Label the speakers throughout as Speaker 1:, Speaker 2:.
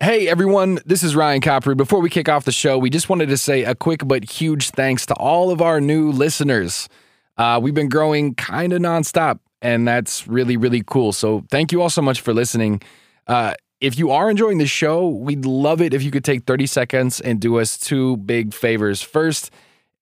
Speaker 1: Hey everyone, this is Ryan Coppery. Before we kick off the show, we just wanted to say a quick but huge thanks to all of our new listeners. Uh, we've been growing kind of nonstop, and that's really, really cool. So thank you all so much for listening. Uh, if you are enjoying the show, we'd love it if you could take 30 seconds and do us two big favors. First,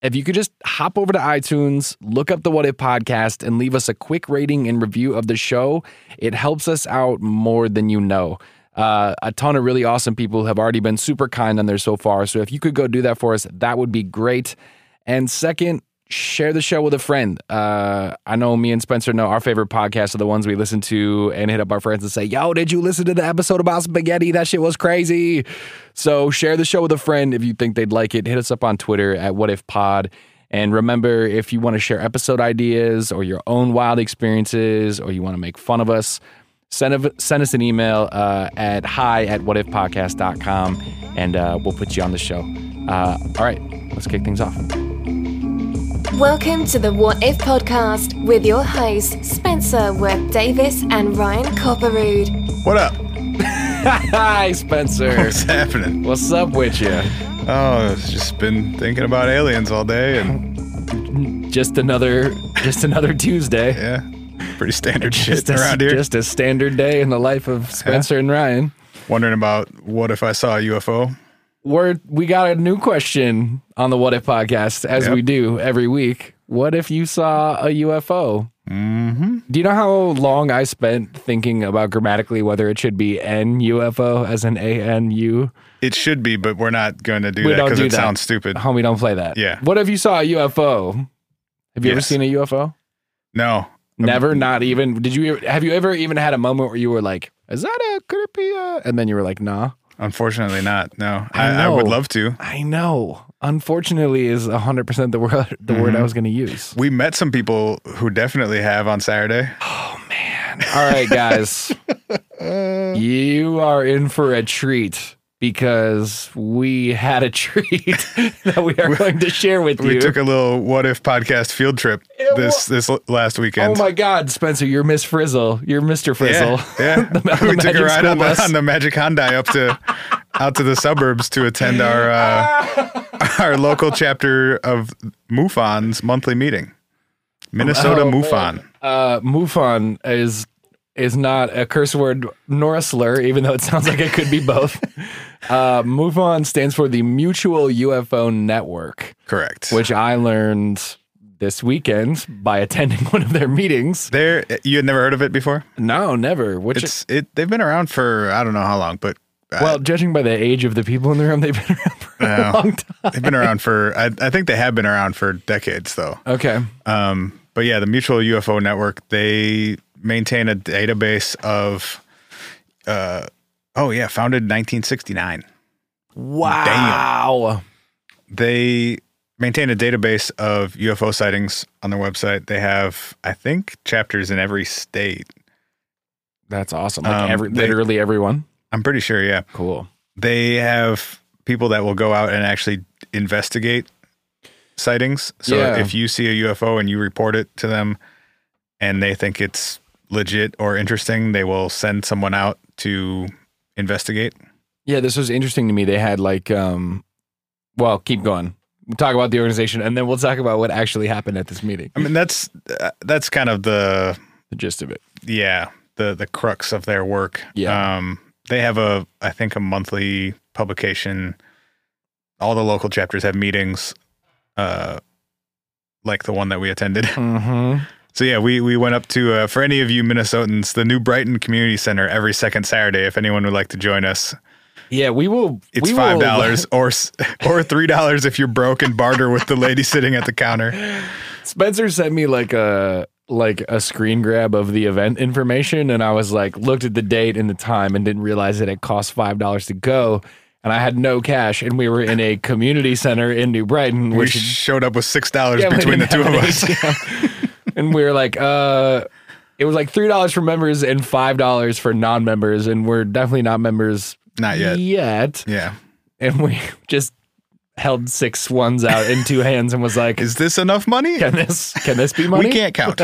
Speaker 1: if you could just hop over to iTunes, look up the What If podcast, and leave us a quick rating and review of the show, it helps us out more than you know. Uh, a ton of really awesome people have already been super kind on there so far. So if you could go do that for us, that would be great. And second, share the show with a friend. Uh, I know me and Spencer know our favorite podcasts are the ones we listen to and hit up our friends and say, Yo, did you listen to the episode about spaghetti? That shit was crazy. So share the show with a friend if you think they'd like it. Hit us up on Twitter at What If Pod. And remember, if you want to share episode ideas or your own wild experiences or you want to make fun of us, send, a, send us an email uh, at hi at whatifpodcast.com and uh, we'll put you on the show. Uh, all right, let's kick things off.
Speaker 2: Welcome to the What If podcast with your hosts, Spencer Worth Davis and Ryan Copperood.
Speaker 3: What up?
Speaker 1: Hi, Spencer.
Speaker 3: What's happening?
Speaker 1: What's up with you?
Speaker 3: Oh, it's just been thinking about aliens all day, and
Speaker 1: Just another, just another Tuesday.
Speaker 3: yeah, pretty standard
Speaker 1: Just
Speaker 3: shit
Speaker 1: a,
Speaker 3: around here. Uh-huh.
Speaker 1: just a standard day in the life of Spencer and Ryan.
Speaker 3: Wondering about what if I saw a UFO?
Speaker 1: We're we got a new question on the What If podcast, as
Speaker 3: Yep.
Speaker 1: we do every week. What if you saw a UFO? Mm-hmm. Do you know how long I spent thinking about grammatically whether it should be N UFO as in A N U?
Speaker 3: It should be, but we're not going to do that
Speaker 1: don't
Speaker 3: because
Speaker 1: do
Speaker 3: it
Speaker 1: that.
Speaker 3: sounds stupid.
Speaker 1: Homie, don't play that.
Speaker 3: Yeah.
Speaker 1: What if you saw a UFO? Have you ever
Speaker 3: Yes.
Speaker 1: seen a UFO?
Speaker 3: No,
Speaker 1: Never, not even. Did you have you ever even had a moment where you were like, "Is that a could it be a?" And then you were like, "Nah."
Speaker 3: unfortunately, not. No,
Speaker 1: I
Speaker 3: I, I would
Speaker 1: know.
Speaker 3: love to.
Speaker 1: I know. Unfortunately, is hundred percent the word the word I was going to use.
Speaker 3: We met some people who definitely have on Saturday.
Speaker 1: All right, guys, you are in for a treat because we had a treat that we are going to share with
Speaker 3: We
Speaker 1: you.
Speaker 3: took a little what if podcast field trip this this l- last
Speaker 1: oh
Speaker 3: weekend.
Speaker 1: my God, Spencer, you're Miss Frizzle. You're Mister Frizzle.
Speaker 3: Yeah, yeah.
Speaker 1: The ma- the
Speaker 3: we took
Speaker 1: magic
Speaker 3: a ride
Speaker 1: school
Speaker 3: on the,
Speaker 1: bus.
Speaker 3: on the Magic Hyundai up to out to the suburbs to attend our uh, our local chapter of MUFON's monthly meeting, Minnesota
Speaker 1: Oh,
Speaker 3: MUFON.
Speaker 1: uh, MUFON is is not a curse word nor a slur, even though it sounds like it could be both. uh, MUFON stands for the Mutual UFO Network,
Speaker 3: Correct.
Speaker 1: which I learned this weekend by attending one of their meetings.
Speaker 3: there, you had never heard of it before.
Speaker 1: No, never. Which,
Speaker 3: It's it. They've been around for I don't know how long, but uh,
Speaker 1: well, judging by the age of the people in the room, they've been around for a
Speaker 3: Yeah.
Speaker 1: long time.
Speaker 3: they've been around for. I, I think they have been around for decades, though.
Speaker 1: Okay.
Speaker 3: Um, but yeah, the Mutual UFO Network they maintain a database of, uh, oh yeah, founded 1969.
Speaker 1: Wow.
Speaker 3: They maintain a database of UFO sightings on their website. They have, I think, chapters in every state.
Speaker 1: That's awesome. Like
Speaker 3: Um,
Speaker 1: every,
Speaker 3: they-
Speaker 1: literally everyone.
Speaker 3: I'm pretty sure. Yeah,
Speaker 1: Cool.
Speaker 3: they have people that will go out and actually investigate sightings. So
Speaker 1: Yeah.
Speaker 3: if you see a UFO and you report it to them and they think it's legit or interesting, they will send someone out to investigate.
Speaker 1: Yeah, this was interesting to me. They had like, um, well, keep going. We'll talk about the organization, and then we'll talk about what actually happened at this meeting.
Speaker 3: I mean that's uh, that's kind of the
Speaker 1: The gist of it.
Speaker 3: yeah, the the crux of their work.
Speaker 1: Yeah.
Speaker 3: Um they have a I think a monthly publication. All the local chapters have meetings uh like the one that we attended.
Speaker 1: Mm-hmm.
Speaker 3: So yeah, we we went up to uh, for any of you Minnesotans, the New Brighton Community Center every second Saturday. If anyone would like to join us,
Speaker 1: Yeah, we will.
Speaker 3: it's
Speaker 1: we will-
Speaker 3: five dollars or s- or three dollars if you're broke and barter with the lady sitting at the counter.
Speaker 1: Spencer sent me like a like a screen grab of the event information, and I was like, looked at the date and the time, and didn't realize that it cost five dollars to go, and I had no cash, and we were in a community center in New Brighton,
Speaker 3: We
Speaker 1: which
Speaker 3: showed up with six dollars
Speaker 1: Yeah, we
Speaker 3: between the
Speaker 1: didn't
Speaker 3: two
Speaker 1: have
Speaker 3: of
Speaker 1: an
Speaker 3: us.
Speaker 1: ATM. and we were like, uh, it was like three dollars for members and five dollars for non-members, and we're definitely not members
Speaker 3: Not yet.
Speaker 1: Yet,
Speaker 3: Yeah,
Speaker 1: and we just held six ones out in two hands and was like,
Speaker 3: is this enough money?
Speaker 1: "Can this? Can this be money?"
Speaker 3: We can't count.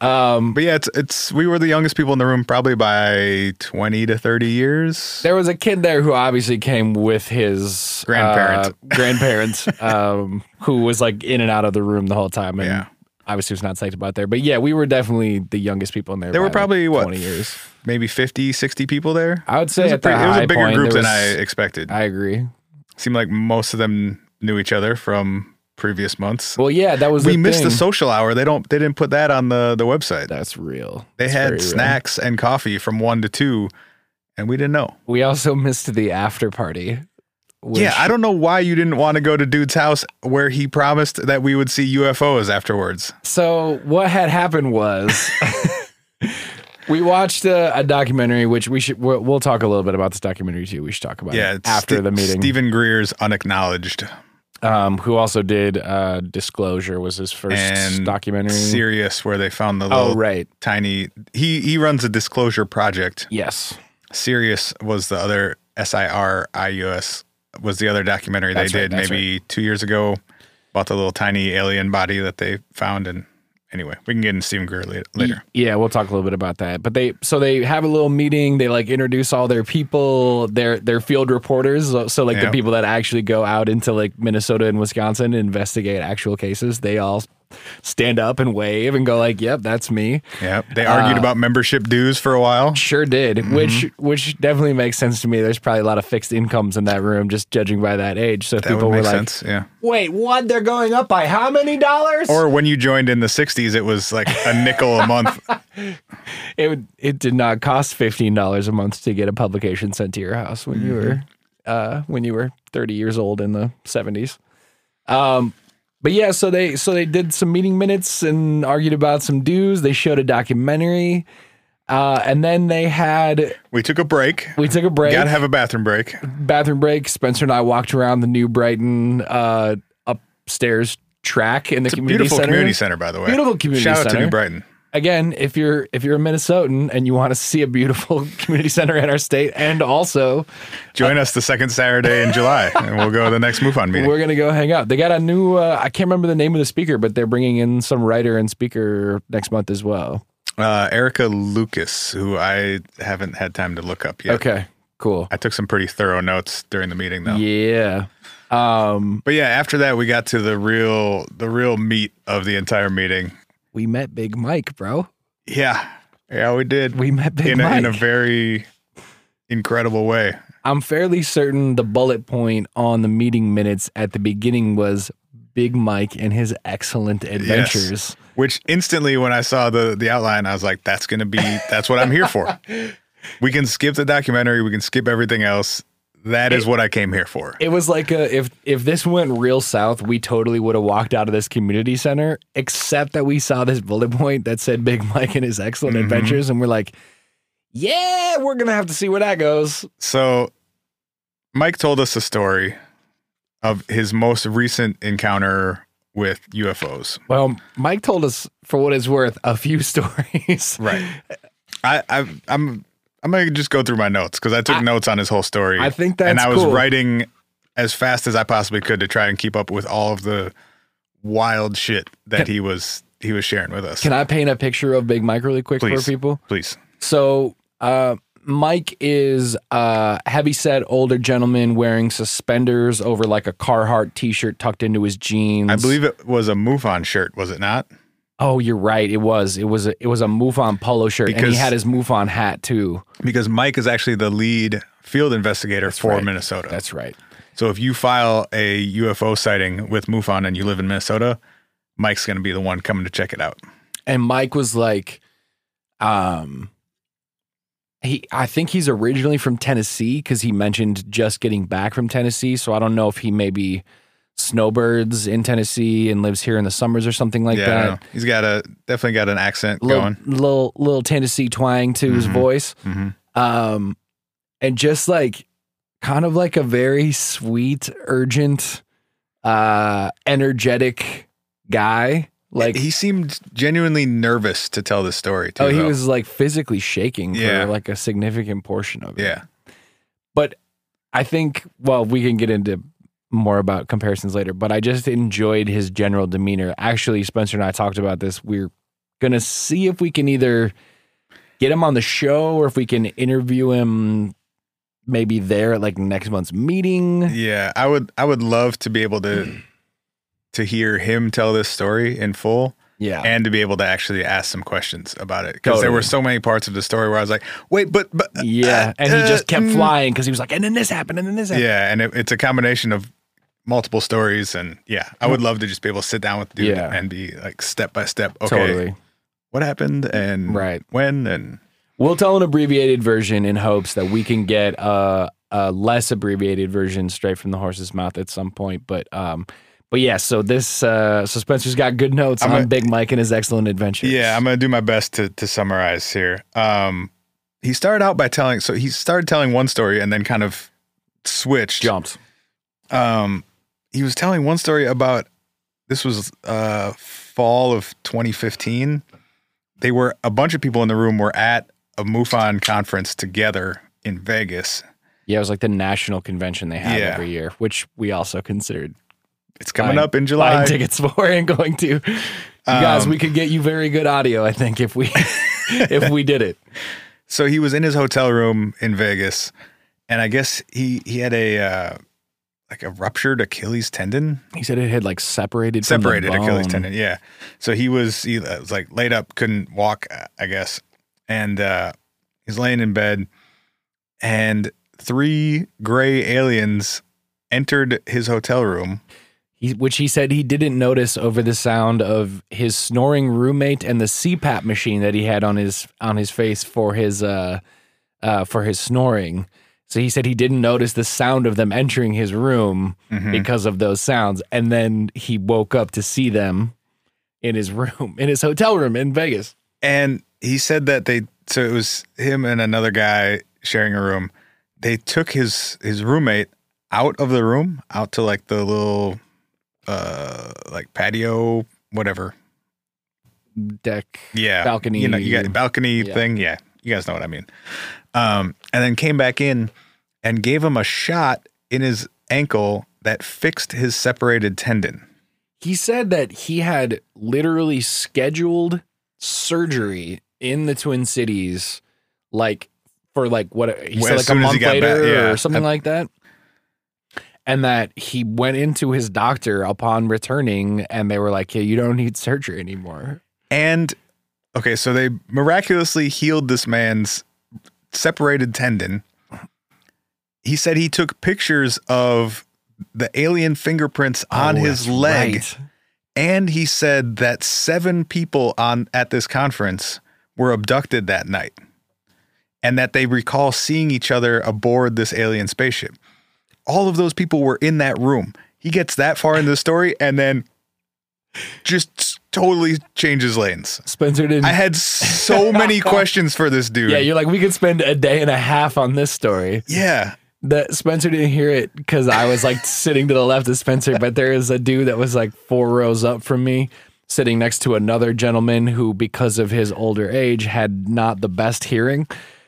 Speaker 1: Um,
Speaker 3: But yeah, it's it's we were the youngest people in the room probably by twenty to thirty years.
Speaker 1: there was a kid there who obviously came with his
Speaker 3: Grandparent.
Speaker 1: uh, grandparents, um, who was like in and out of the room the whole time. And
Speaker 3: Yeah.
Speaker 1: obviously was not psyched about there. But yeah, we were definitely the youngest people in there.
Speaker 3: There
Speaker 1: by,
Speaker 3: were
Speaker 1: like,
Speaker 3: probably what
Speaker 1: 20 years.
Speaker 3: maybe 50, 60 people there.
Speaker 1: I would say
Speaker 3: It was a,
Speaker 1: at the
Speaker 3: pretty- it was
Speaker 1: high
Speaker 3: a bigger
Speaker 1: point,
Speaker 3: group
Speaker 1: there
Speaker 3: than I
Speaker 1: was-
Speaker 3: expected.
Speaker 1: I agree.
Speaker 3: Seemed like most of them knew each other from previous months.
Speaker 1: Well, yeah, that was
Speaker 3: we
Speaker 1: the
Speaker 3: missed the
Speaker 1: thing.
Speaker 3: social hour. They don't. They didn't put that on the the website.
Speaker 1: That's real.
Speaker 3: they
Speaker 1: That's very
Speaker 3: had
Speaker 1: real.
Speaker 3: snacks and coffee from one to two, and we didn't know.
Speaker 1: We also missed the after party. which-
Speaker 3: yeah, I don't know why you didn't want to go to dude's house where he promised that we would see UFOs afterwards.
Speaker 1: So what had happened was we watched a, a documentary, which we should we'll, we'll talk a little bit about this documentary too. We should talk about
Speaker 3: Yeah,
Speaker 1: it
Speaker 3: it's
Speaker 1: after
Speaker 3: Ste-
Speaker 1: the meeting.
Speaker 3: Stephen Greer's unacknowledged
Speaker 1: um, who also did uh, Disclosure was his first
Speaker 3: and
Speaker 1: documentary.
Speaker 3: Sirius, where they found the little
Speaker 1: Mm. oh right,
Speaker 3: tiny. He he runs a disclosure project.
Speaker 1: yes,
Speaker 3: Sirius was the other S I R I U S was the other documentary
Speaker 1: That's
Speaker 3: they
Speaker 1: right,
Speaker 3: did
Speaker 1: that's
Speaker 3: maybe two years ago about the little tiny alien body that they found. And anyway, we can get into Stephen Greer la- later.
Speaker 1: yeah. We'll talk a little bit about that. But they so they have a little meeting. They like introduce all their people, their their field reporters. So, so, like the
Speaker 3: Yeah.
Speaker 1: people that actually go out into like Minnesota and Wisconsin to investigate actual cases. They all stand up and wave and go like, "Yep, that's me."
Speaker 3: Yeah, they argued
Speaker 1: Uh,
Speaker 3: about membership dues for a while.
Speaker 1: Sure did, which
Speaker 3: Mm-hmm.
Speaker 1: which definitely makes sense to me. There's probably a lot of fixed incomes in that room, just judging by that age. So if
Speaker 3: That
Speaker 1: people
Speaker 3: would
Speaker 1: were
Speaker 3: make
Speaker 1: like,
Speaker 3: sense. Yeah.
Speaker 1: "Wait, what? They're going up by how many dollars?"
Speaker 3: Or when you joined in the '60s, it was like a nickel a month.
Speaker 1: it would- it did not cost fifteen dollars a month to get a publication sent to your house when you
Speaker 3: Mm-hmm.
Speaker 1: were uh, when you were thirty years old in the seventies. Um, but yeah, so they so they did some meeting minutes and argued about some dues. They showed a documentary, uh, and then they had
Speaker 3: We took a break.
Speaker 1: we took a break.
Speaker 3: Gotta have a bathroom break.
Speaker 1: bathroom break. Spencer and I walked around the New Brighton uh, upstairs track in the community
Speaker 3: Beautiful
Speaker 1: center.
Speaker 3: community center, by the way.
Speaker 1: Beautiful community
Speaker 3: Shout out
Speaker 1: center.
Speaker 3: to New Brighton.
Speaker 1: Again, if you're if you're a Minnesotan and you want to see a beautiful community center in our state, and also
Speaker 3: Join us the second Saturday in July, and we'll go to the next MUFON meeting.
Speaker 1: we're gonna go hang out. They got a new uh, I can't remember the name of the speaker, but they're bringing in some writer and speaker next month as well.
Speaker 3: Uh, Erica Lucas, who I haven't had time to look up yet.
Speaker 1: Okay, cool.
Speaker 3: I took some pretty thorough notes during the meeting, though.
Speaker 1: Yeah. Um,
Speaker 3: But yeah, after that, we got to the real, the real meat of the entire meeting.
Speaker 1: we met Big Mike, bro.
Speaker 3: Yeah, yeah, we did
Speaker 1: We met Big
Speaker 3: in a,
Speaker 1: Mike
Speaker 3: in a very incredible way.
Speaker 1: I'm fairly certain the bullet point on the meeting minutes at the beginning was Big Mike and his excellent adventures.
Speaker 3: Which instantly, when I saw the the outline, I was like, "That's gonna be that's what I'm here for." we can skip the documentary. We can skip everything else. That is what I came here for.
Speaker 1: It was like a, if if this went real south, we totally would have walked out of this community center, except that we saw this bullet point that said Big Mike and his excellent
Speaker 3: Mm-hmm.
Speaker 1: adventures, and we're like, yeah, we're gonna have to see where that goes.
Speaker 3: So, Mike told us a story of his most recent encounter with UFOs.
Speaker 1: Well, Mike told us, for what it's worth, a few stories.
Speaker 3: Right. I, I I'm I'm gonna just go through my notes because I took
Speaker 1: I-
Speaker 3: notes on his whole story.
Speaker 1: I think
Speaker 3: and
Speaker 1: that's
Speaker 3: I was
Speaker 1: cool.
Speaker 3: writing as fast as I possibly could to try and keep up with all of the wild shit that he was he was sharing with us.
Speaker 1: Can I paint a picture of Big Mike really quick
Speaker 3: Please.
Speaker 1: for people?
Speaker 3: Please.
Speaker 1: So, uh, Mike is a heavyset older gentleman wearing suspenders over like a Carhartt t-shirt tucked into his jeans.
Speaker 3: I believe it was a MUFON shirt, was it not?
Speaker 1: Oh, you're right. It was. It was. A, it was a MUFON polo shirt, and he
Speaker 3: Because-
Speaker 1: had his MUFON hat too.
Speaker 3: Because Mike is actually the lead field investigator for
Speaker 1: right.
Speaker 3: Minnesota.
Speaker 1: That's right.
Speaker 3: So if you file a UFO sighting with MUFON and you live in Minnesota, Mike's going to be the one coming to check it out.
Speaker 1: and Mike was like, um, he I think he's originally from Tennessee because he mentioned just getting back from Tennessee. So I don't know if he maybe snowbirds in Tennessee and lives here in the summers or something like
Speaker 3: yeah, I
Speaker 1: that.
Speaker 3: know. he's got a definitely got an accent
Speaker 1: little,
Speaker 3: going.
Speaker 1: little little Tennessee twang to his
Speaker 3: Mhm.
Speaker 1: voice.
Speaker 3: Mm-hmm.
Speaker 1: Um, and just like kind of like a very sweet, urgent, uh, energetic guy. Like
Speaker 3: he seemed genuinely nervous to tell this story. Too,
Speaker 1: oh, he
Speaker 3: though.
Speaker 1: was like physically shaking
Speaker 3: Yeah.
Speaker 1: for like a significant portion of it.
Speaker 3: Yeah,
Speaker 1: But I think well, we can get into more about comparisons later, but I just enjoyed his general demeanor. Actually, Spencer and I talked about this. We're Gonna see if we can either get him on the show or if we can interview him maybe there at like next month's meeting.
Speaker 3: Yeah, I would I would love to be able to to hear him tell this story in full
Speaker 1: Yeah.
Speaker 3: and to be able to actually ask some questions about it because there
Speaker 1: Totally.
Speaker 3: were so many parts of the story where I was like, "Wait, but but uh,
Speaker 1: yeah. And he just kept
Speaker 3: mm.
Speaker 1: flying because he was like, and then this happened, and then this happened.
Speaker 3: yeah," and it, it's a combination of multiple stories and yeah, I would love to just be able to sit down with the dude
Speaker 1: Yeah.
Speaker 3: and be like step by step, okay,
Speaker 1: Totally.
Speaker 3: what happened and
Speaker 1: Right.
Speaker 3: when and
Speaker 1: We'll tell an abbreviated version in hopes that we can get a, a less abbreviated version straight from the horse's mouth at some point. But um, but yeah. So this uh, so Spencer's got good notes
Speaker 3: I'm
Speaker 1: on
Speaker 3: a-
Speaker 1: Big Mike and his excellent adventures.
Speaker 3: Yeah, I'm gonna do my best to to summarize here. Um, he started out by telling, so he started telling one story and then kind of switched.
Speaker 1: jumped.
Speaker 3: Um, he was telling one story about this was uh fall of 2015. They were a bunch of people in the room were at a MUFON conference together in Vegas.
Speaker 1: Yeah, it was like the national convention they have
Speaker 3: Yeah.
Speaker 1: every year, which we also considered
Speaker 3: It's coming
Speaker 1: Buying-
Speaker 3: up in July.
Speaker 1: buying tickets for and going to. You guys,
Speaker 3: um,
Speaker 1: we could get you very good audio, I think, if we if we did it.
Speaker 3: so he was in his hotel room in Vegas, and I guess he he had a uh, like a ruptured Achilles tendon.
Speaker 1: He said it had like separated from the
Speaker 3: separated Achilles
Speaker 1: bone.
Speaker 3: tendon. Yeah. So he was he uh, was like laid up, couldn't walk, uh, I guess, and uh, he's laying in bed, and three gray aliens entered his hotel room.
Speaker 1: he, which he said he didn't notice over the sound of his snoring roommate and the CPAP machine that he had on his on his face for his uh, uh for his snoring. So he said he didn't notice the sound of them entering his room
Speaker 3: Hmm. Mm-hmm.
Speaker 1: because of those sounds, and then he woke up to see them in his room in his hotel room in Vegas.
Speaker 3: And he said that they so it was him and another guy sharing a room. They took his his roommate out of the room, out to like the little uh like patio whatever.
Speaker 1: Deck
Speaker 3: Yeah.
Speaker 1: balcony.
Speaker 3: You know, you got balcony
Speaker 1: Yeah.
Speaker 3: thing. Yeah. You guys know what I mean. Um, and then came back in and gave him a shot in his ankle that fixed his separated tendon.
Speaker 1: he said that he had literally scheduled surgery in the Twin Cities, like for like what he
Speaker 3: Well,
Speaker 1: said,
Speaker 3: as
Speaker 1: like a
Speaker 3: soon as he
Speaker 1: month
Speaker 3: got
Speaker 1: later
Speaker 3: back, yeah.
Speaker 1: or something like that. And that he went into his doctor upon returning, and they were like, "Hey, you don't need surgery anymore."
Speaker 3: And okay, so they miraculously healed this man's separated tendon. He said he took pictures of the alien fingerprints on
Speaker 1: Oh,
Speaker 3: his
Speaker 1: that's
Speaker 3: leg.
Speaker 1: right.
Speaker 3: And he said that seven people on at this conference were abducted that night, and that they recall seeing each other aboard this alien spaceship. All of those people were in that room. He gets that far in the story, and then just totally changes lanes.
Speaker 1: Spencer didn't.
Speaker 3: I had so many questions for this dude.
Speaker 1: yeah, you're like, we could spend a day and a half on this story.
Speaker 3: yeah.
Speaker 1: that Spencer didn't hear it because I was like sitting to the left of Spencer, but there is a dude that was like four rows up from me sitting next to another gentleman who, because of his older age, had not the best hearing.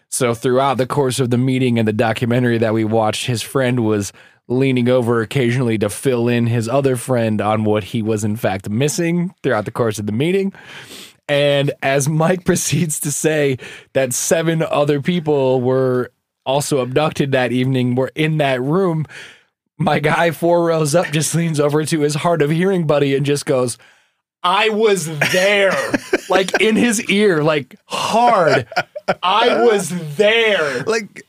Speaker 1: So throughout the course of the meeting and the documentary that we watched, his friend was leaning over occasionally to fill in his other friend on what he was in fact missing throughout the course of the meeting. And as Mike proceeds to say that seven other people were also abducted that evening were in that room, my guy four rows up just leans over to his hard of hearing buddy and just goes, I was there, like in his ear, like hard. I was there.
Speaker 3: Like,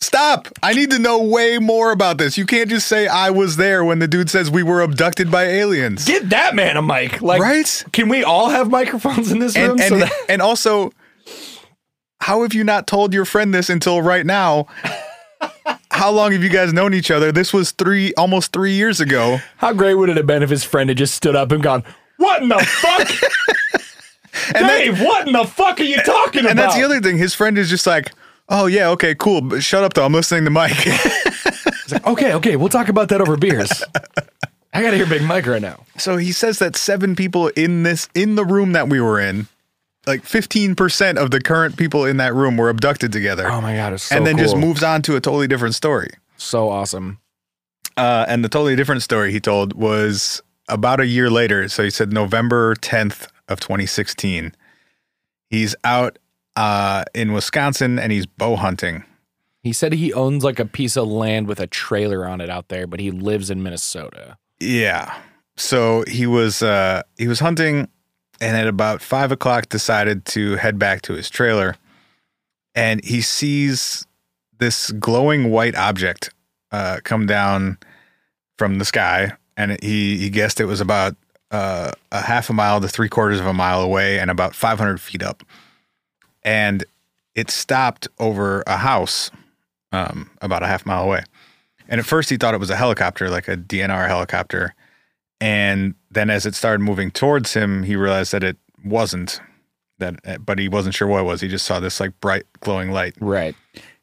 Speaker 3: stop. I need to know way more about this. You can't just say I was there when the dude says we were abducted by aliens.
Speaker 1: Get that man a mic. Like,
Speaker 3: Right?
Speaker 1: can we all have microphones in this room?
Speaker 3: and
Speaker 1: so
Speaker 3: and,
Speaker 1: that-
Speaker 3: and also how have you not told your friend this until right now how long have you guys known each other this was three almost three years ago
Speaker 1: how great would it have been if his friend had just stood up and gone, What in the fuck?
Speaker 3: and, that-
Speaker 1: Dave, what in the fuck are you talking about?
Speaker 3: and that's the other thing his friend is just like oh yeah okay cool but shut up though i'm listening to mike
Speaker 1: Okay, okay, we'll talk about that over beers. I gotta hear Big Mike right now.
Speaker 3: so he says that seven people in this in the room that we were in like 15% of the current people in that room were abducted together
Speaker 1: Oh my god, it's so
Speaker 3: and then just
Speaker 1: cool.
Speaker 3: moves on to a totally different story
Speaker 1: So awesome.
Speaker 3: Uh, and the totally different story he told was about a year later. So he said November 10th of 2016. He's out uh, in Wisconsin and he's bow hunting.
Speaker 1: He said he owns like a piece of land with a trailer on it out there, but he lives in Minnesota.
Speaker 3: Yeah. So he was uh, he was hunting, and at about five o'clock, decided to head back to his trailer, and he sees this glowing white object uh, come down from the sky, and he he guessed it was about uh, a half a mile to three quarters of a mile away, and about five hundred feet up, and it stopped over a house um, about a half mile away. And at first, he thought it was a helicopter, like a DNR helicopter. And then, as it started moving towards him, he realized that it wasn't. That, but he wasn't sure what it was. He just saw this like bright glowing light,
Speaker 1: Right.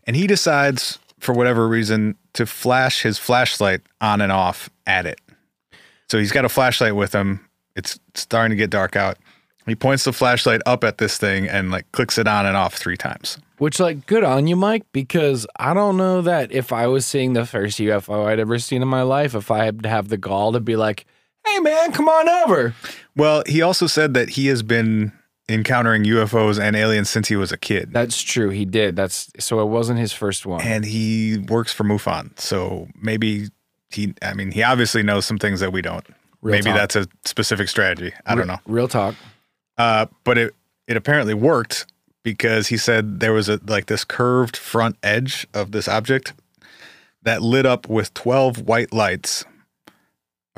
Speaker 3: and he decides, for whatever reason, to flash his flashlight on and off at it. So he's got a flashlight with him. It's starting to get dark out. He points the flashlight up at this thing and like clicks it on and off three times.
Speaker 1: Which, like, good on you, Mike, because I don't know that if I was seeing the first UFO I'd ever seen in my life, if I had to have the gall to be like, hey, man, come on over.
Speaker 3: Well, he also said that he has been encountering UFOs and aliens since he was a kid.
Speaker 1: That's true. He did. That's so it wasn't his first one.
Speaker 3: and he works for MUFON. So maybe he, I mean, he obviously knows some things that we don't.
Speaker 1: Real
Speaker 3: maybe
Speaker 1: talk.
Speaker 3: that's a specific strategy. I don't know.
Speaker 1: Real talk.
Speaker 3: Uh, but it, it apparently worked because he said there was a like this curved front edge of this object that lit up with 12 white lights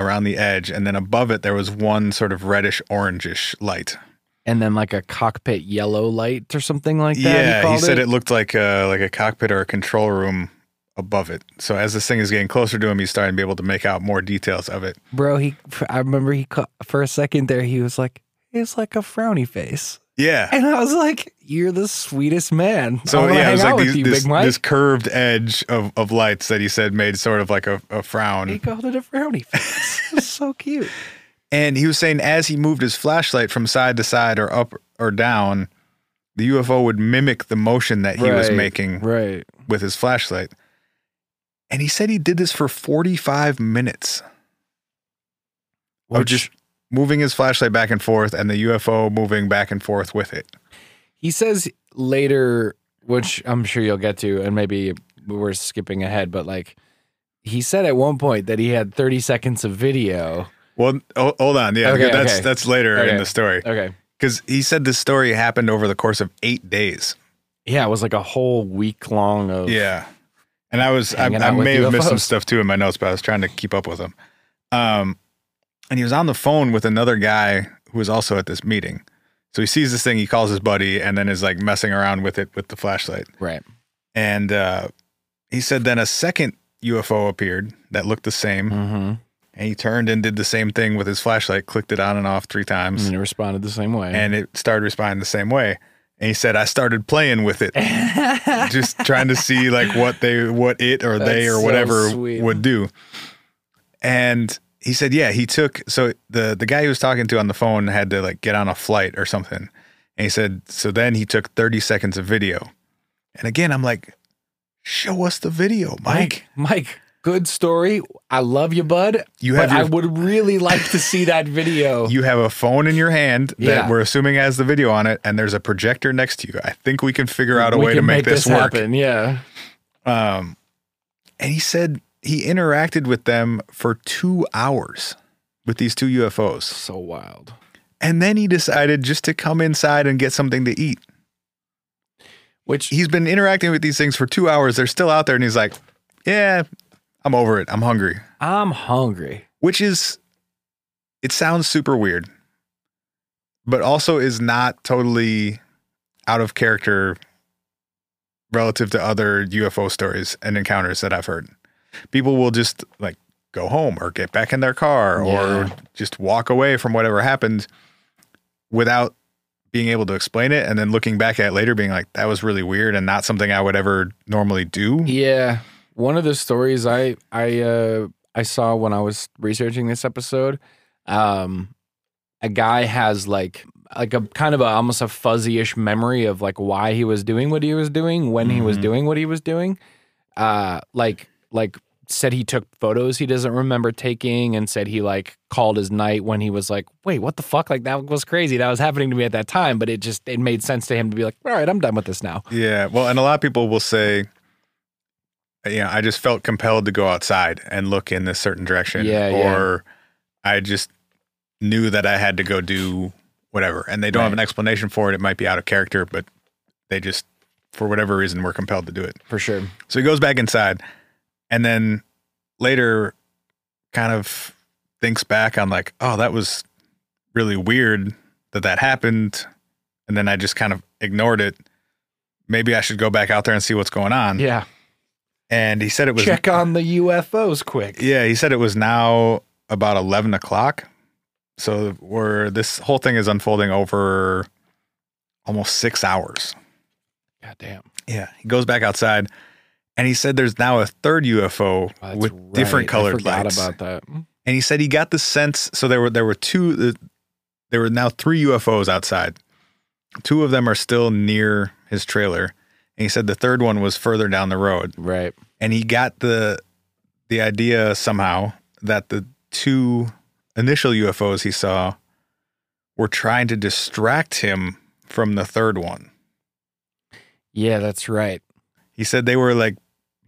Speaker 3: around the edge. And then above it, there was one sort of reddish orangish light.
Speaker 1: And then like a cockpit yellow light or something like that.
Speaker 3: yeah, he,
Speaker 1: called
Speaker 3: said it. looked like a like a cockpit or a control room above it. So as this thing is getting closer to him, he's starting to be able to make out more details of it.
Speaker 1: bro. He, I remember he ca- for a second there, he was like, it's like a frowny face,
Speaker 3: Yeah.
Speaker 1: and I was like, you're the sweetest man. I
Speaker 3: So
Speaker 1: wanna
Speaker 3: yeah, it
Speaker 1: hang
Speaker 3: was
Speaker 1: out
Speaker 3: like
Speaker 1: with
Speaker 3: these,
Speaker 1: you,
Speaker 3: this,
Speaker 1: Big Mike.
Speaker 3: this curved edge of, of lights that he said made sort of like a, a
Speaker 1: he
Speaker 3: frown.
Speaker 1: called it a frowny face. It was so cute.
Speaker 3: And he was saying as he moved his flashlight from side to side or up or down, the UFO would mimic the motion that he was making
Speaker 1: right.
Speaker 3: with his flashlight. And he said he did this for 45 minutes. of
Speaker 1: Which
Speaker 3: Oh, just moving his flashlight back and forth and the UFO moving back and forth with it.
Speaker 1: he says later, which I'm sure you'll get to, and maybe we're skipping ahead, but like he said at one point that he had 30 seconds of video.
Speaker 3: Well, oh, hold on, yeah,
Speaker 1: Okay,
Speaker 3: that's
Speaker 1: okay.
Speaker 3: that's later
Speaker 1: Okay.
Speaker 3: in the story
Speaker 1: Okay.
Speaker 3: because he said this story happened over the course of eight days.
Speaker 1: Yeah, it was like a whole week long of
Speaker 3: Yeah, and I was I,
Speaker 1: Hanging
Speaker 3: I
Speaker 1: out with
Speaker 3: may have missed some
Speaker 1: UFOs.
Speaker 3: stuff too in my notes, but I was trying to keep up with him. Um, and he was on the phone with another guy who was also at this meeting. So he sees this thing, he calls his buddy, and then is like messing around with it with the flashlight.
Speaker 1: right.
Speaker 3: And uh, he said then a second UFO appeared that looked the same.
Speaker 1: Mm-hmm.
Speaker 3: And he turned and did the same thing with his flashlight, clicked it on and off three times,
Speaker 1: And it responded the same way.
Speaker 3: and it started responding the same way. And he said, "I started playing with it, just trying to see like what they, what it or they
Speaker 1: That's
Speaker 3: or
Speaker 1: so
Speaker 3: whatever
Speaker 1: sweet.
Speaker 3: would do." And he said, "Yeah, he took so the the guy he was talking to on the phone had to like get on a flight or something." And he said, "So then he took 30 seconds of video." And again, I'm like, "Show us the video, Mike.
Speaker 1: Mike, good story. I love you, bud.
Speaker 3: You
Speaker 1: but
Speaker 3: have your
Speaker 1: I would really like to see that video.
Speaker 3: You have a phone in your hand that
Speaker 1: Yeah.
Speaker 3: we're assuming has the video on it, and there's a projector next to you. I think we can figure out a
Speaker 1: We
Speaker 3: way to
Speaker 1: can
Speaker 3: make, this, work.
Speaker 1: happen. Yeah.
Speaker 3: Um, and he said he interacted with them for two hours with these two UFOs,
Speaker 1: So wild.
Speaker 3: and then he decided just to come inside and get something to eat.
Speaker 1: Which
Speaker 3: He's been interacting with these things for two hours. They're still out there, and he's like, "Yeah, I'm over it. I'm hungry."
Speaker 1: I'm hungry.
Speaker 3: which is it sounds super weird but also is not totally out of character relative to other UFO stories and encounters that I've heard. People will just like go home or get back in their car
Speaker 1: Yeah.
Speaker 3: or just walk away from whatever happened without being able to explain it and then looking back at it later being like that was really weird and not something I would ever normally do.
Speaker 1: Yeah, one of the stories I I uh, I saw when I was researching this episode, um, a guy has like like a kind of a almost a fuzzy-ish memory of like why Mm-hmm. he was doing what he was doing, when he was
Speaker 3: Mhm.
Speaker 1: doing what he was doing, uh, like like said he took photos he doesn't remember taking and said he like called his night when he was like, wait, what the fuck? Like that was crazy. That was happening to me at that time. But it just, it made sense to him to be like, all right, I'm done with this now.
Speaker 3: Yeah. Well, and a lot of people will say, you know, I just felt compelled to go outside and look in this certain direction.
Speaker 1: Yeah, yeah.
Speaker 3: or I just knew that I had to go do whatever. And they don't have
Speaker 1: Right.
Speaker 3: an explanation for it. It might be out of character, but they just, for whatever reason, were compelled to do it.
Speaker 1: For sure.
Speaker 3: So he goes back inside and then later kind of thinks back on like, oh, that was really weird that that happened. And then I just kind of ignored it. Maybe I should go back out there and see what's going on.
Speaker 1: Yeah.
Speaker 3: And he said it was,
Speaker 1: Check on the UFOs quick.
Speaker 3: yeah, he said it was now about 11 o'clock. So we're, this whole thing is unfolding over almost six hours.
Speaker 1: God damn.
Speaker 3: Yeah, he goes back outside, and he said there's now a third UFO
Speaker 1: That's
Speaker 3: with
Speaker 1: right.
Speaker 3: different
Speaker 1: I
Speaker 3: colored
Speaker 1: forgot
Speaker 3: lights.
Speaker 1: about that. Mm.
Speaker 3: And he said he got the sense. So there were there were two. the- There were now three UFOs outside. Two of them are still near his trailer, and he said the third one was further down the road.
Speaker 1: Right.
Speaker 3: And he got the the idea somehow that the two initial UFOs he saw were trying to distract him from the third one.
Speaker 1: Yeah, that's right.
Speaker 3: He said they were like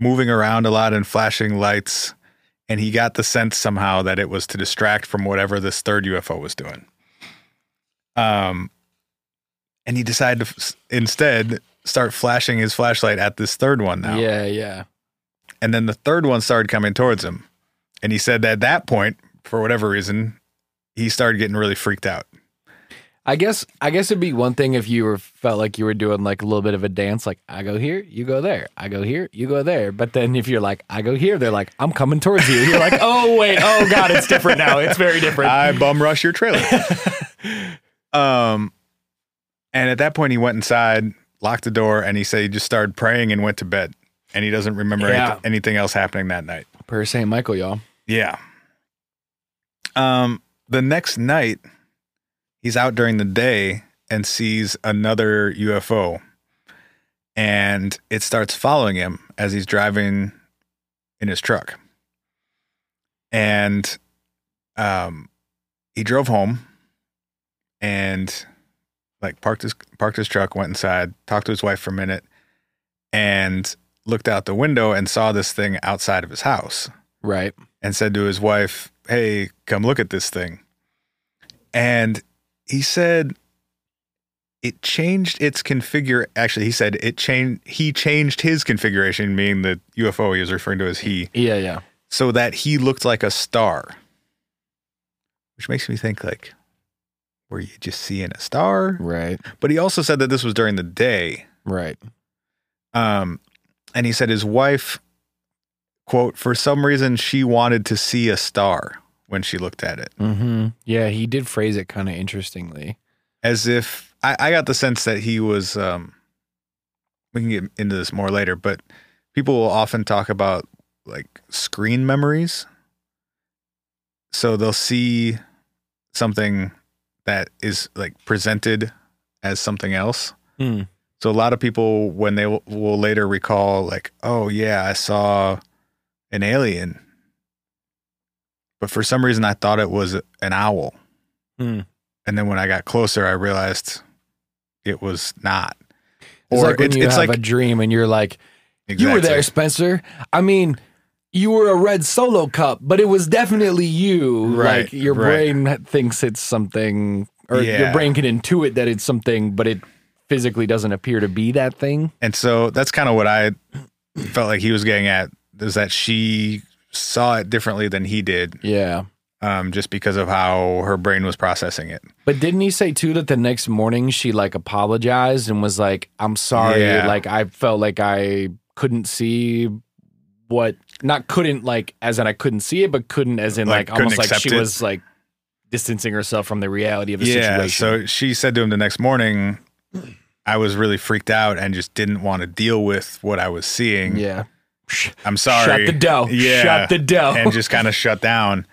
Speaker 3: moving around a lot and flashing lights, and he got the sense somehow that it was to distract from whatever this third UFO was doing. Um, and he decided to f- instead start flashing his flashlight at this third one now.
Speaker 1: Yeah, yeah.
Speaker 3: And then the third one started coming towards him, and he said that at that point, for whatever reason, he started getting really freaked out.
Speaker 1: I guess I guess it'd be one thing if you were felt like you were doing like a little bit of a dance, like I go here, you go there, I go here, you go there. But then if you're like I go here, they're like I'm coming towards you. You're like oh wait, oh god, it's different now. It's very different.
Speaker 3: I bum rush your trailer. um, and at that point, he went inside, locked the door, and he said he just started praying and went to bed. And he doesn't remember any-
Speaker 1: Yeah.
Speaker 3: anything else happening that night.
Speaker 1: Per Saint Michael, y'all.
Speaker 3: Yeah. Um, the next night, he's out during the day and sees another UFO, and it starts following him as he's driving in his truck. And um, he drove home and like parked his parked his truck, went inside, talked to his wife for a minute, and looked out the window and saw this thing outside of his house
Speaker 1: Right.
Speaker 3: and said to his wife, Hey, come look at this thing. And he said it changed its configure. Actually, he said it changed, he changed his configuration, meaning the UFO he was referring to as he,
Speaker 1: Yeah, yeah.
Speaker 3: so that he looked like a star, which makes me think like, were you just seeing a star?
Speaker 1: Right.
Speaker 3: But he also said that this was during the day.
Speaker 1: Right.
Speaker 3: Um, and he said his wife, quote, for some reason she wanted to see a star when she looked at it,
Speaker 1: Mm-hmm. Yeah, he did phrase it kind of interestingly.
Speaker 3: as if I, I got the sense that he was. Um, we can get into this more later, but people will often talk about like screen memories. So they'll see something that is like presented as something else.
Speaker 1: Hmm.
Speaker 3: So a lot of people, when they will, will later recall, like, "Oh yeah, I saw an alien," but for some reason I thought it was an owl,
Speaker 1: Hmm.
Speaker 3: and then when I got closer, I realized it was not.
Speaker 1: It's
Speaker 3: or
Speaker 1: like when
Speaker 3: it's,
Speaker 1: you
Speaker 3: it's
Speaker 1: have
Speaker 3: like
Speaker 1: a dream and you're like, you were
Speaker 3: Exactly.
Speaker 1: there, Spencer. I mean, you were a red solo cup, but it was definitely you.
Speaker 3: Right,
Speaker 1: Like your
Speaker 3: right.
Speaker 1: brain thinks it's something, or your
Speaker 3: Yeah.
Speaker 1: brain can intuit that it's something, but it physically doesn't appear to be that thing.
Speaker 3: And so that's kind of what I felt like he was getting at is that she saw it differently than he did,
Speaker 1: Yeah.
Speaker 3: um, just because of how her brain was processing it.
Speaker 1: But didn't he say too that the next morning she like apologized and was like, I'm sorry.
Speaker 3: Yeah.
Speaker 1: Like I felt like I couldn't see what not couldn't like as in I couldn't see it, but couldn't as in
Speaker 3: Like,
Speaker 1: like, almost
Speaker 3: couldn't
Speaker 1: like
Speaker 3: accept
Speaker 1: she
Speaker 3: it.
Speaker 1: was like distancing herself from the reality of the situation.
Speaker 3: So she said to him the next morning, I was really freaked out and just didn't want to deal with what I was seeing.
Speaker 1: Yeah. Sh-
Speaker 3: I'm sorry.
Speaker 1: Shut the dough.
Speaker 3: Yeah.
Speaker 1: Shut the dough.
Speaker 3: and just kind of shut down.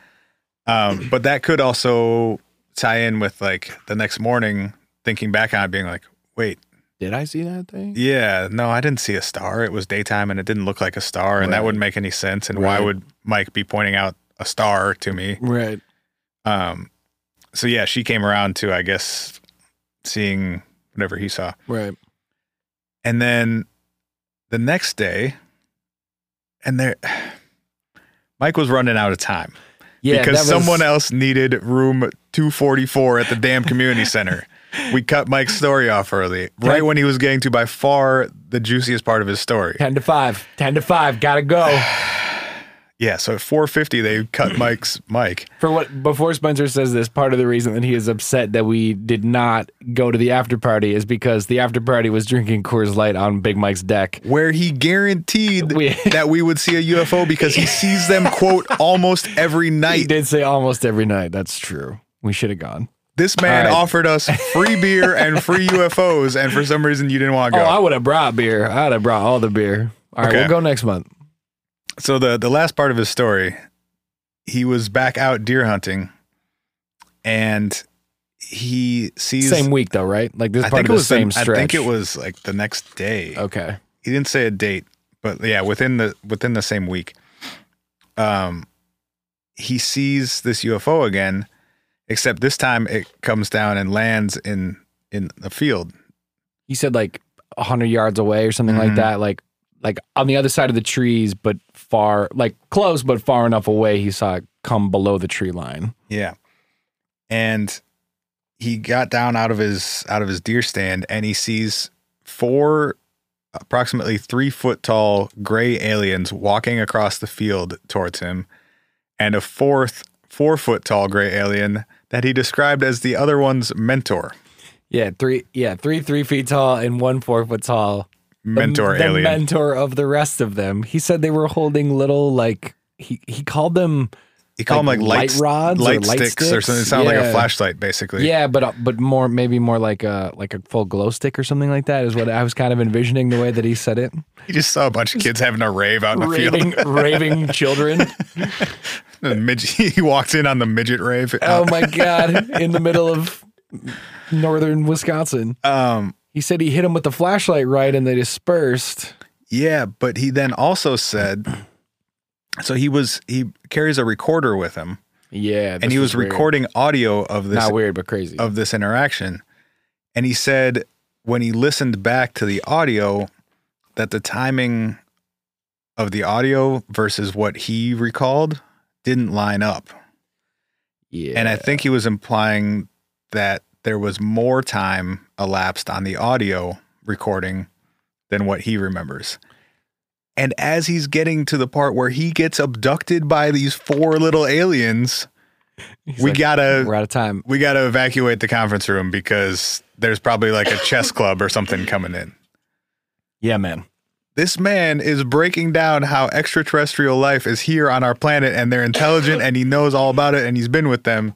Speaker 3: Um, but that could also tie in with like the next morning thinking back on it being like, wait,
Speaker 1: Did I see that thing?
Speaker 3: Yeah, no, I didn't see a star. It was daytime and it didn't look like a star, and that
Speaker 1: Right.
Speaker 3: wouldn't make any sense. And why
Speaker 1: Right.
Speaker 3: would Mike be pointing out a star to me?
Speaker 1: Right.
Speaker 3: Um, so yeah, she came around to, I guess, seeing whatever he saw.
Speaker 1: Right.
Speaker 3: And then the next day, and there, Mike was running out of time
Speaker 1: Yeah.
Speaker 3: because
Speaker 1: that was-
Speaker 3: someone else needed room 244 at the damn community center. We cut Mike's story off early, right when he was getting to by far the juiciest part of his story.
Speaker 1: 10 to 5. 10 to 5. Gotta go.
Speaker 3: Yeah, so at 450 they cut Mike's mic.
Speaker 1: For what before Spencer says this, part of the reason that he is upset that we did not go to the after party is because the after party was drinking Coors Light on Big Mike's deck.
Speaker 3: Where he guaranteed
Speaker 1: We-
Speaker 3: that we would see a UFO because he sees them quote almost every
Speaker 1: He
Speaker 3: night.
Speaker 1: did say almost every night. That's true. We should have gone.
Speaker 3: This man
Speaker 1: All right.
Speaker 3: offered us free beer and free UFOs, and for some reason you didn't want to
Speaker 1: Oh,
Speaker 3: go.
Speaker 1: I would have brought beer. I would have brought all the beer. All right,
Speaker 3: Okay.
Speaker 1: we'll go next month.
Speaker 3: so the the last part of his story, he was back out deer hunting, and he sees.
Speaker 1: Same week though, right? Like this
Speaker 3: I
Speaker 1: part of
Speaker 3: think it
Speaker 1: the
Speaker 3: was
Speaker 1: same
Speaker 3: the, I
Speaker 1: stretch.
Speaker 3: think it was like the next day.
Speaker 1: Okay.
Speaker 3: he didn't say a date, but yeah, within the within the same week, um, he sees this UFO again, except this time it comes down and lands in in the field.
Speaker 1: He said like hundred yards away or something
Speaker 3: Mhm.
Speaker 1: like that. Like like on the other side of the trees, but far like close but far enough away he saw it come below the tree line.
Speaker 3: Yeah, and he got down out of his out of his deer stand and he sees four approximately three foot tall gray aliens walking across the field towards him, and a fourth four foot tall gray alien that he described as the other one's mentor.
Speaker 1: Yeah, three. Yeah, three three feet tall and one four foot tall. The-
Speaker 3: mentor
Speaker 1: the,
Speaker 3: alien.
Speaker 1: mentor of the rest of them. He said they were holding little like he he called them.
Speaker 3: he called
Speaker 1: like,
Speaker 3: them like light,
Speaker 1: light rods or
Speaker 3: light,
Speaker 1: light
Speaker 3: sticks, or
Speaker 1: sticks?
Speaker 3: something. It sounded like a
Speaker 1: Yeah.
Speaker 3: flashlight, basically.
Speaker 1: Yeah, but uh, but more maybe more like a like a full glow stick or something like that is what I was kind of envisioning the way that he said it.
Speaker 3: He just saw a bunch of kids having a rave out in the
Speaker 1: Raving raving children.
Speaker 3: field. Midget, he walked in on the midget rave.
Speaker 1: Oh my god! In the middle of northern Wisconsin,
Speaker 3: Um,
Speaker 1: he said he hit him with the flashlight right, and they dispersed.
Speaker 3: yeah, but he then also said, so he was he carries a recorder with him,
Speaker 1: Yeah,
Speaker 3: and he was, recording audio of this
Speaker 1: Not weird, but crazy.
Speaker 3: of this interaction. And he said when he listened back to the audio that the timing of the audio versus what he recalled didn't line up.
Speaker 1: yeah,
Speaker 3: And I think he was implying that there was more time elapsed on the audio recording than what he remembers. And as he's getting to the part where he gets abducted by these four little aliens,
Speaker 1: He's
Speaker 3: we
Speaker 1: like,
Speaker 3: gotta
Speaker 1: we're out of time.
Speaker 3: we got to evacuate the conference room because there's probably like a chess club or something coming in.
Speaker 1: Yeah, man.
Speaker 3: This man is breaking down how extraterrestrial life is here on our planet and they're intelligent and he knows all about it and he's been with them.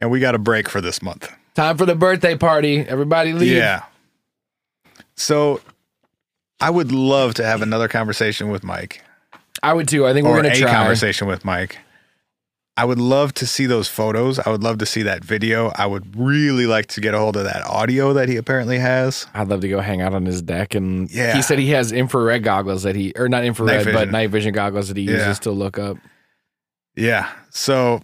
Speaker 3: And we got a break for this month.
Speaker 1: Time for the birthday party. Everybody leave.
Speaker 3: Yeah. So I would love to have another conversation with Mike
Speaker 1: I would too. I think
Speaker 3: or
Speaker 1: we're
Speaker 3: a
Speaker 1: gonna try.
Speaker 3: conversation with Mike. I would love to see those photos. I would love to see that video. I would really like to get a hold of that audio that he apparently has.
Speaker 1: I'd love to go hang out on his deck and
Speaker 3: Yeah.
Speaker 1: he said he has infrared goggles that he or not infrared
Speaker 3: Night
Speaker 1: but
Speaker 3: vision.
Speaker 1: night vision goggles that he
Speaker 3: Yeah.
Speaker 1: uses to look up.
Speaker 3: Yeah. So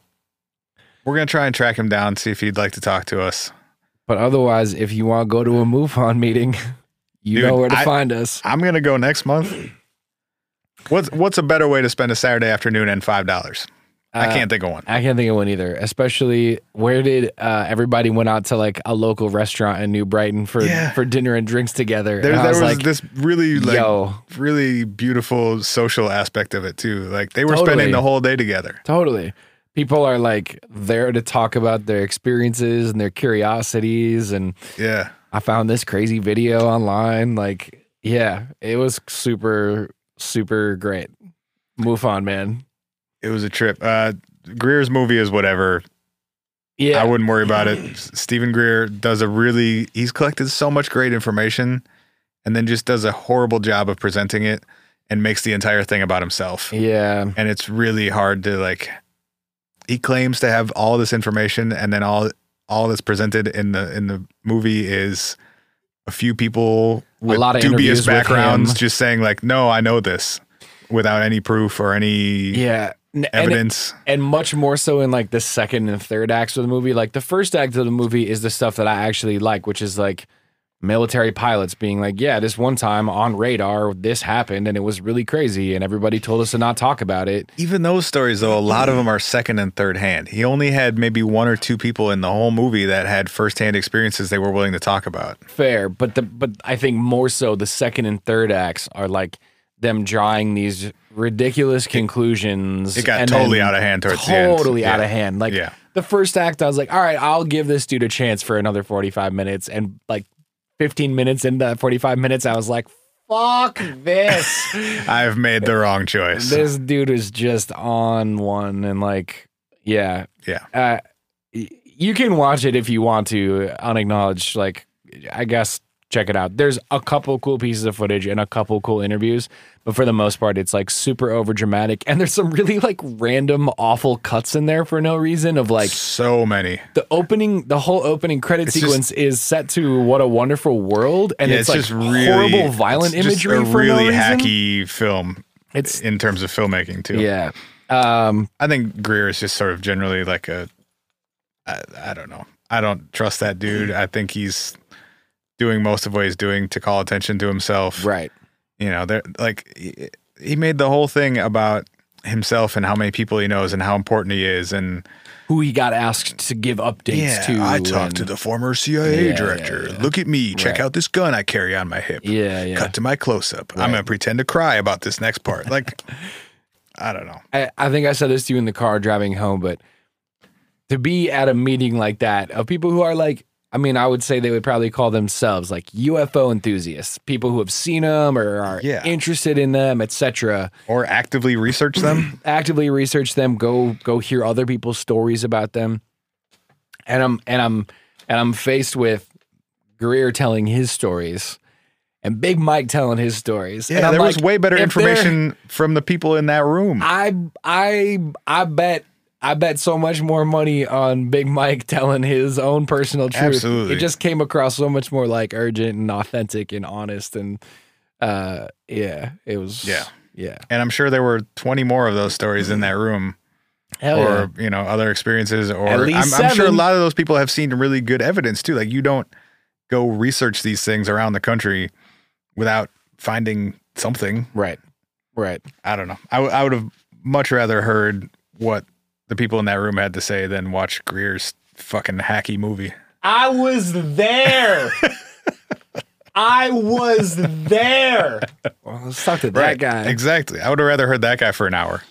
Speaker 3: we're gonna try and track him down, see if he'd like to talk to us.
Speaker 1: But otherwise, if you want to go to a MUFON meeting, you
Speaker 3: Dude,
Speaker 1: know where to
Speaker 3: I-
Speaker 1: find us.
Speaker 3: I'm gonna go next month. What's what's a better way to spend a Saturday afternoon and five dollars? I
Speaker 1: Uh,
Speaker 3: can't think of one.
Speaker 1: I can't think of one either. Especially where did uh, everybody went out to like a local restaurant in New Brighton for
Speaker 3: Yeah.
Speaker 1: for dinner and drinks together?
Speaker 3: There,
Speaker 1: and I
Speaker 3: there was
Speaker 1: was like,
Speaker 3: this really like
Speaker 1: yo,
Speaker 3: really beautiful social aspect of it too. Like they were spending
Speaker 1: Totally.
Speaker 3: the whole day together.
Speaker 1: totally. People are like there to talk about their experiences and their curiosities, and
Speaker 3: Yeah.
Speaker 1: I found this crazy video online. Like, yeah, it was super super great. MUFON, man.
Speaker 3: It was a trip. Uh Greer's movie is whatever.
Speaker 1: Yeah,
Speaker 3: I wouldn't worry about it. Stephen Greer does a really he's collected so much great information and then just does a horrible job of presenting it and makes the entire thing about himself.
Speaker 1: yeah.
Speaker 3: And it's really hard to like he claims to have all this information and then all all that's presented in the in the movie is a few people with
Speaker 1: lot of interviews
Speaker 3: dubious
Speaker 1: with
Speaker 3: backgrounds
Speaker 1: him.
Speaker 3: just saying like, "No, I know this," without any proof or any
Speaker 1: Yeah. N- and-
Speaker 3: evidence.
Speaker 1: and much more so in like the second and third acts of the movie. Like the first act of the movie is the stuff that I actually like, which is like military pilots being like, "Yeah, this one time on radar, this happened, and it was really crazy, and everybody told us to not talk about it."
Speaker 3: Even those stories, though, a lot of them are second and third hand. He only had maybe one or two people in the whole movie that had firsthand experiences they were willing to talk about.
Speaker 1: Fair, but the but I think more so the second and third acts are like them drawing these ridiculous conclusions.
Speaker 3: it got
Speaker 1: and
Speaker 3: totally
Speaker 1: then
Speaker 3: out of hand towards the
Speaker 1: totally
Speaker 3: end.
Speaker 1: Totally out
Speaker 3: Yeah.
Speaker 1: of hand. Like
Speaker 3: Yeah.
Speaker 1: the first act, I was like, all right, I'll give this dude a chance for another forty five minutes, and like fifteen minutes into that forty five minutes, I was like, fuck this.
Speaker 3: I've made the wrong choice.
Speaker 1: this dude is just on one, and like, yeah,
Speaker 3: yeah.
Speaker 1: uh, y- you can watch it if you want to unacknowledged like i guess check it out there's a couple cool pieces of footage and a couple cool interviews but for the most part it's like super over dramatic and there's some really like random awful cuts in there for no reason of like
Speaker 3: so many.
Speaker 1: the opening the whole opening credit
Speaker 3: It's just-
Speaker 1: sequence is set to what a wonderful world and
Speaker 3: Yeah,
Speaker 1: it's, like horrible violent
Speaker 3: it's just
Speaker 1: imagery
Speaker 3: a
Speaker 1: for
Speaker 3: really
Speaker 1: no reason
Speaker 3: hacky film
Speaker 1: it's
Speaker 3: in terms of filmmaking too.
Speaker 1: yeah um
Speaker 3: I think Greer is just sort of generally like a I, I don't know. I don't trust that dude. I think he's doing most of what he's doing to call attention to himself.
Speaker 1: right
Speaker 3: You know, they're like he- he made the whole thing about himself and how many people he knows and how important he is and
Speaker 1: who he got asked to give updates to
Speaker 3: I talked to
Speaker 1: and-
Speaker 3: the former CIA
Speaker 1: Yeah,
Speaker 3: director.
Speaker 1: yeah, yeah.
Speaker 3: Look at me. Check
Speaker 1: Right.
Speaker 3: out this gun I carry on my hip.
Speaker 1: yeah yeah
Speaker 3: Cut to my close up. I'm
Speaker 1: Right.
Speaker 3: gonna pretend to cry about this next part. Like, I don't know.
Speaker 1: I, I think I said this to you in the car driving home, but to be at a meeting like that of people who are like, I mean, I would say they would probably call themselves like UFO enthusiasts, people who have seen them or are
Speaker 3: Yeah.
Speaker 1: interested in them, etc.
Speaker 3: Or actively research them.
Speaker 1: Actively research them, go go hear other people's stories about them. And I'm and I'm and I'm faced with Greer telling his stories and Big Mike telling his stories.
Speaker 3: yeah,
Speaker 1: and I'm
Speaker 3: there was
Speaker 1: like,
Speaker 3: way better
Speaker 1: if they're-
Speaker 3: information from the people in that room.
Speaker 1: I I I bet I bet so much more money on Big Mike telling his own personal truth.
Speaker 3: Absolutely.
Speaker 1: It just came across so much more like urgent and authentic and honest and uh yeah, it was
Speaker 3: Yeah.
Speaker 1: Yeah.
Speaker 3: and I'm sure there were 20 more of those stories in that room,
Speaker 1: Hell Oh, yeah.
Speaker 3: or you know, other experiences. Or
Speaker 1: At
Speaker 3: I'm,
Speaker 1: least
Speaker 3: I'm sure a
Speaker 1: seven.
Speaker 3: lot of those people have seen really good evidence too. Like, you don't go research these things around the country without finding something.
Speaker 1: Right. Right.
Speaker 3: I don't know. I, w- I would have much rather heard what the people in that room had to say than watch Greer's fucking hacky movie.
Speaker 1: I was there. I was there. Well, let's talk to that guy.
Speaker 3: Exactly. I would have rather heard that guy for an hour.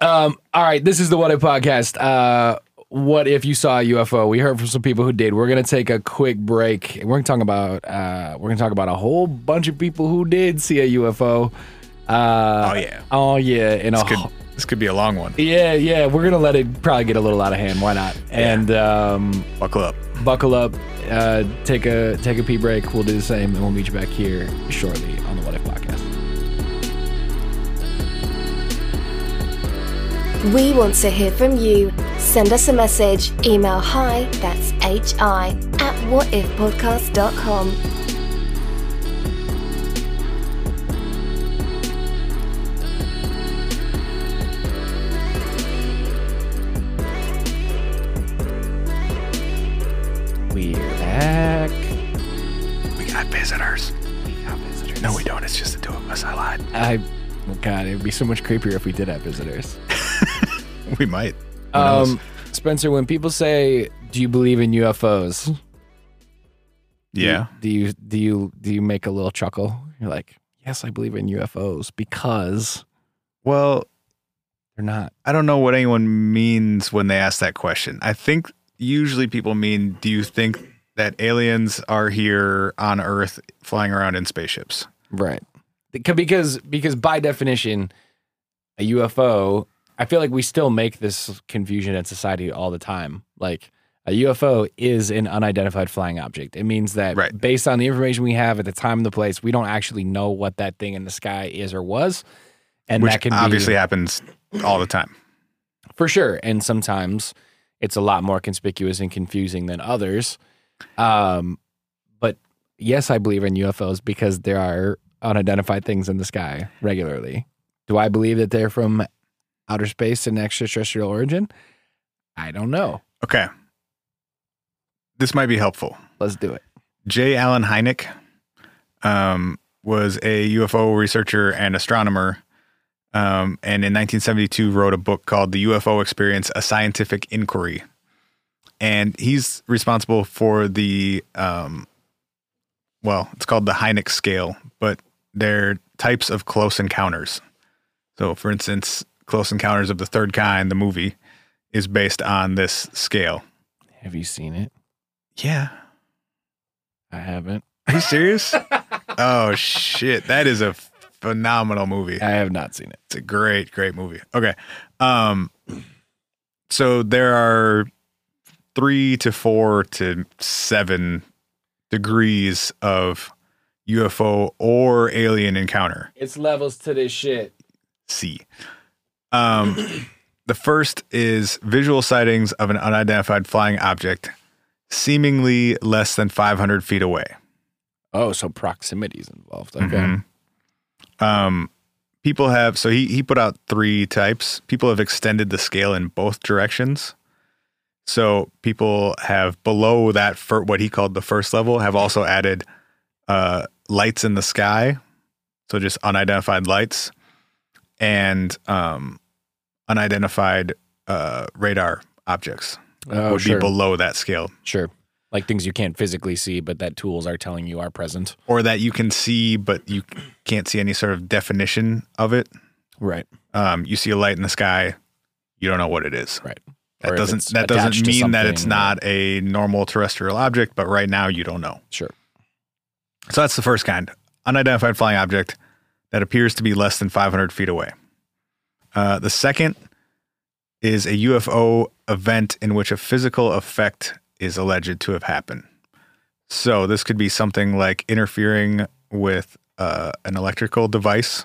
Speaker 1: Um, all right, this is the What If podcast. Uh, what if you saw a UFO? We heard from some people who did. We're gonna take a quick break. We're gonna talk about uh, we're gonna talk about a whole bunch of people who did see a UFO. Uh,
Speaker 3: Oh, yeah.
Speaker 1: oh yeah, and a
Speaker 3: Could,
Speaker 1: whole-
Speaker 3: this could be a long one.
Speaker 1: yeah, yeah. We're gonna let it probably get a little out of hand. Why not? And um,
Speaker 3: Buckle up.
Speaker 1: buckle up, uh, take a take a pee break. We'll do the same, and we'll meet you back here shortly on the What If podcast.
Speaker 2: We want to hear from you. Send us a message, email hi, that's hi, at whatifpodcast.com.
Speaker 1: We're back.
Speaker 3: We got visitors. No, we don't. It's just the two of us. I lied.
Speaker 1: I, God, it'd be so much creepier if we did have visitors.
Speaker 3: We might. Who knows?
Speaker 1: Um, Spencer, when people say, "Do you believe in UFOs?"
Speaker 3: yeah.
Speaker 1: do you do you do you make a little chuckle? You're like, "Yes, I believe in UFOs because
Speaker 3: Well,
Speaker 1: they're not."
Speaker 3: I don't know what anyone means when they ask that question. I think usually people mean, do you think that aliens are here on Earth flying around in spaceships?
Speaker 1: Right. Beca- Because because by definition, a UFO, I feel like we still make this confusion in society all the time. Like a UFO is an unidentified flying object. It means that
Speaker 3: Right.
Speaker 1: based on the information we have at the time and the place, we don't actually know what that thing in the sky is or was. And
Speaker 3: Which
Speaker 1: that can
Speaker 3: obviously
Speaker 1: be,
Speaker 3: happens all the time.
Speaker 1: for sure. And sometimes it's a lot more conspicuous and confusing than others. Um, but yes, I believe in UFOs because there are unidentified things in the sky regularly. Do I believe that they're from outer space and extraterrestrial origin? I don't know.
Speaker 3: Okay. This might be helpful.
Speaker 1: Let's do it.
Speaker 3: J. Allen Hynek um, was a UFO researcher and astronomer. Um, and in 1972, wrote a book called The UFO Experience A Scientific Inquiry. And he's responsible for the, um, well, it's called the Hynek scale, but they're types of close encounters. So, for instance, Close Encounters of the Third Kind, the movie, is based on this scale.
Speaker 1: Have you seen it?
Speaker 3: Yeah.
Speaker 1: I haven't.
Speaker 3: Are you serious? oh shit, that is a phenomenal movie.
Speaker 1: I have not seen it.
Speaker 3: It's a great, great movie. Okay, um, so there are three to four to seven degrees of UFO or alien encounter.
Speaker 1: It's levels to this shit.
Speaker 3: C. Um, the first is visual sightings of an unidentified flying object, seemingly less than 500 feet away.
Speaker 1: Oh, so proximity's involved. Okay.
Speaker 3: Mhm. Um, people have so he he put out three types. People have extended the scale in both directions. So people have below that for what he called the first level have also added uh, lights in the sky, so just unidentified lights and um, unidentified uh, radar objects
Speaker 1: Oh,
Speaker 3: would
Speaker 1: sure.
Speaker 3: be below that scale,
Speaker 1: sure. Like things you can't physically see, but that tools are telling you are present.
Speaker 3: or that you can see but you can't see any sort of definition of it.
Speaker 1: Right.
Speaker 3: um, you see a light in the sky, you don't know what it is.
Speaker 1: Right.
Speaker 3: That
Speaker 1: Or if
Speaker 3: doesn't
Speaker 1: it's
Speaker 3: that doesn't
Speaker 1: attached to
Speaker 3: mean that
Speaker 1: something,
Speaker 3: it's
Speaker 1: or-
Speaker 3: not a normal terrestrial object, but right now you don't know.
Speaker 1: Sure.
Speaker 3: So that's the first kind, unidentified flying object that appears to be less than 500 feet away. Uh, the second is a UFO event in which a physical effect is alleged to have happened. So this could be something like interfering with uh, an electrical device.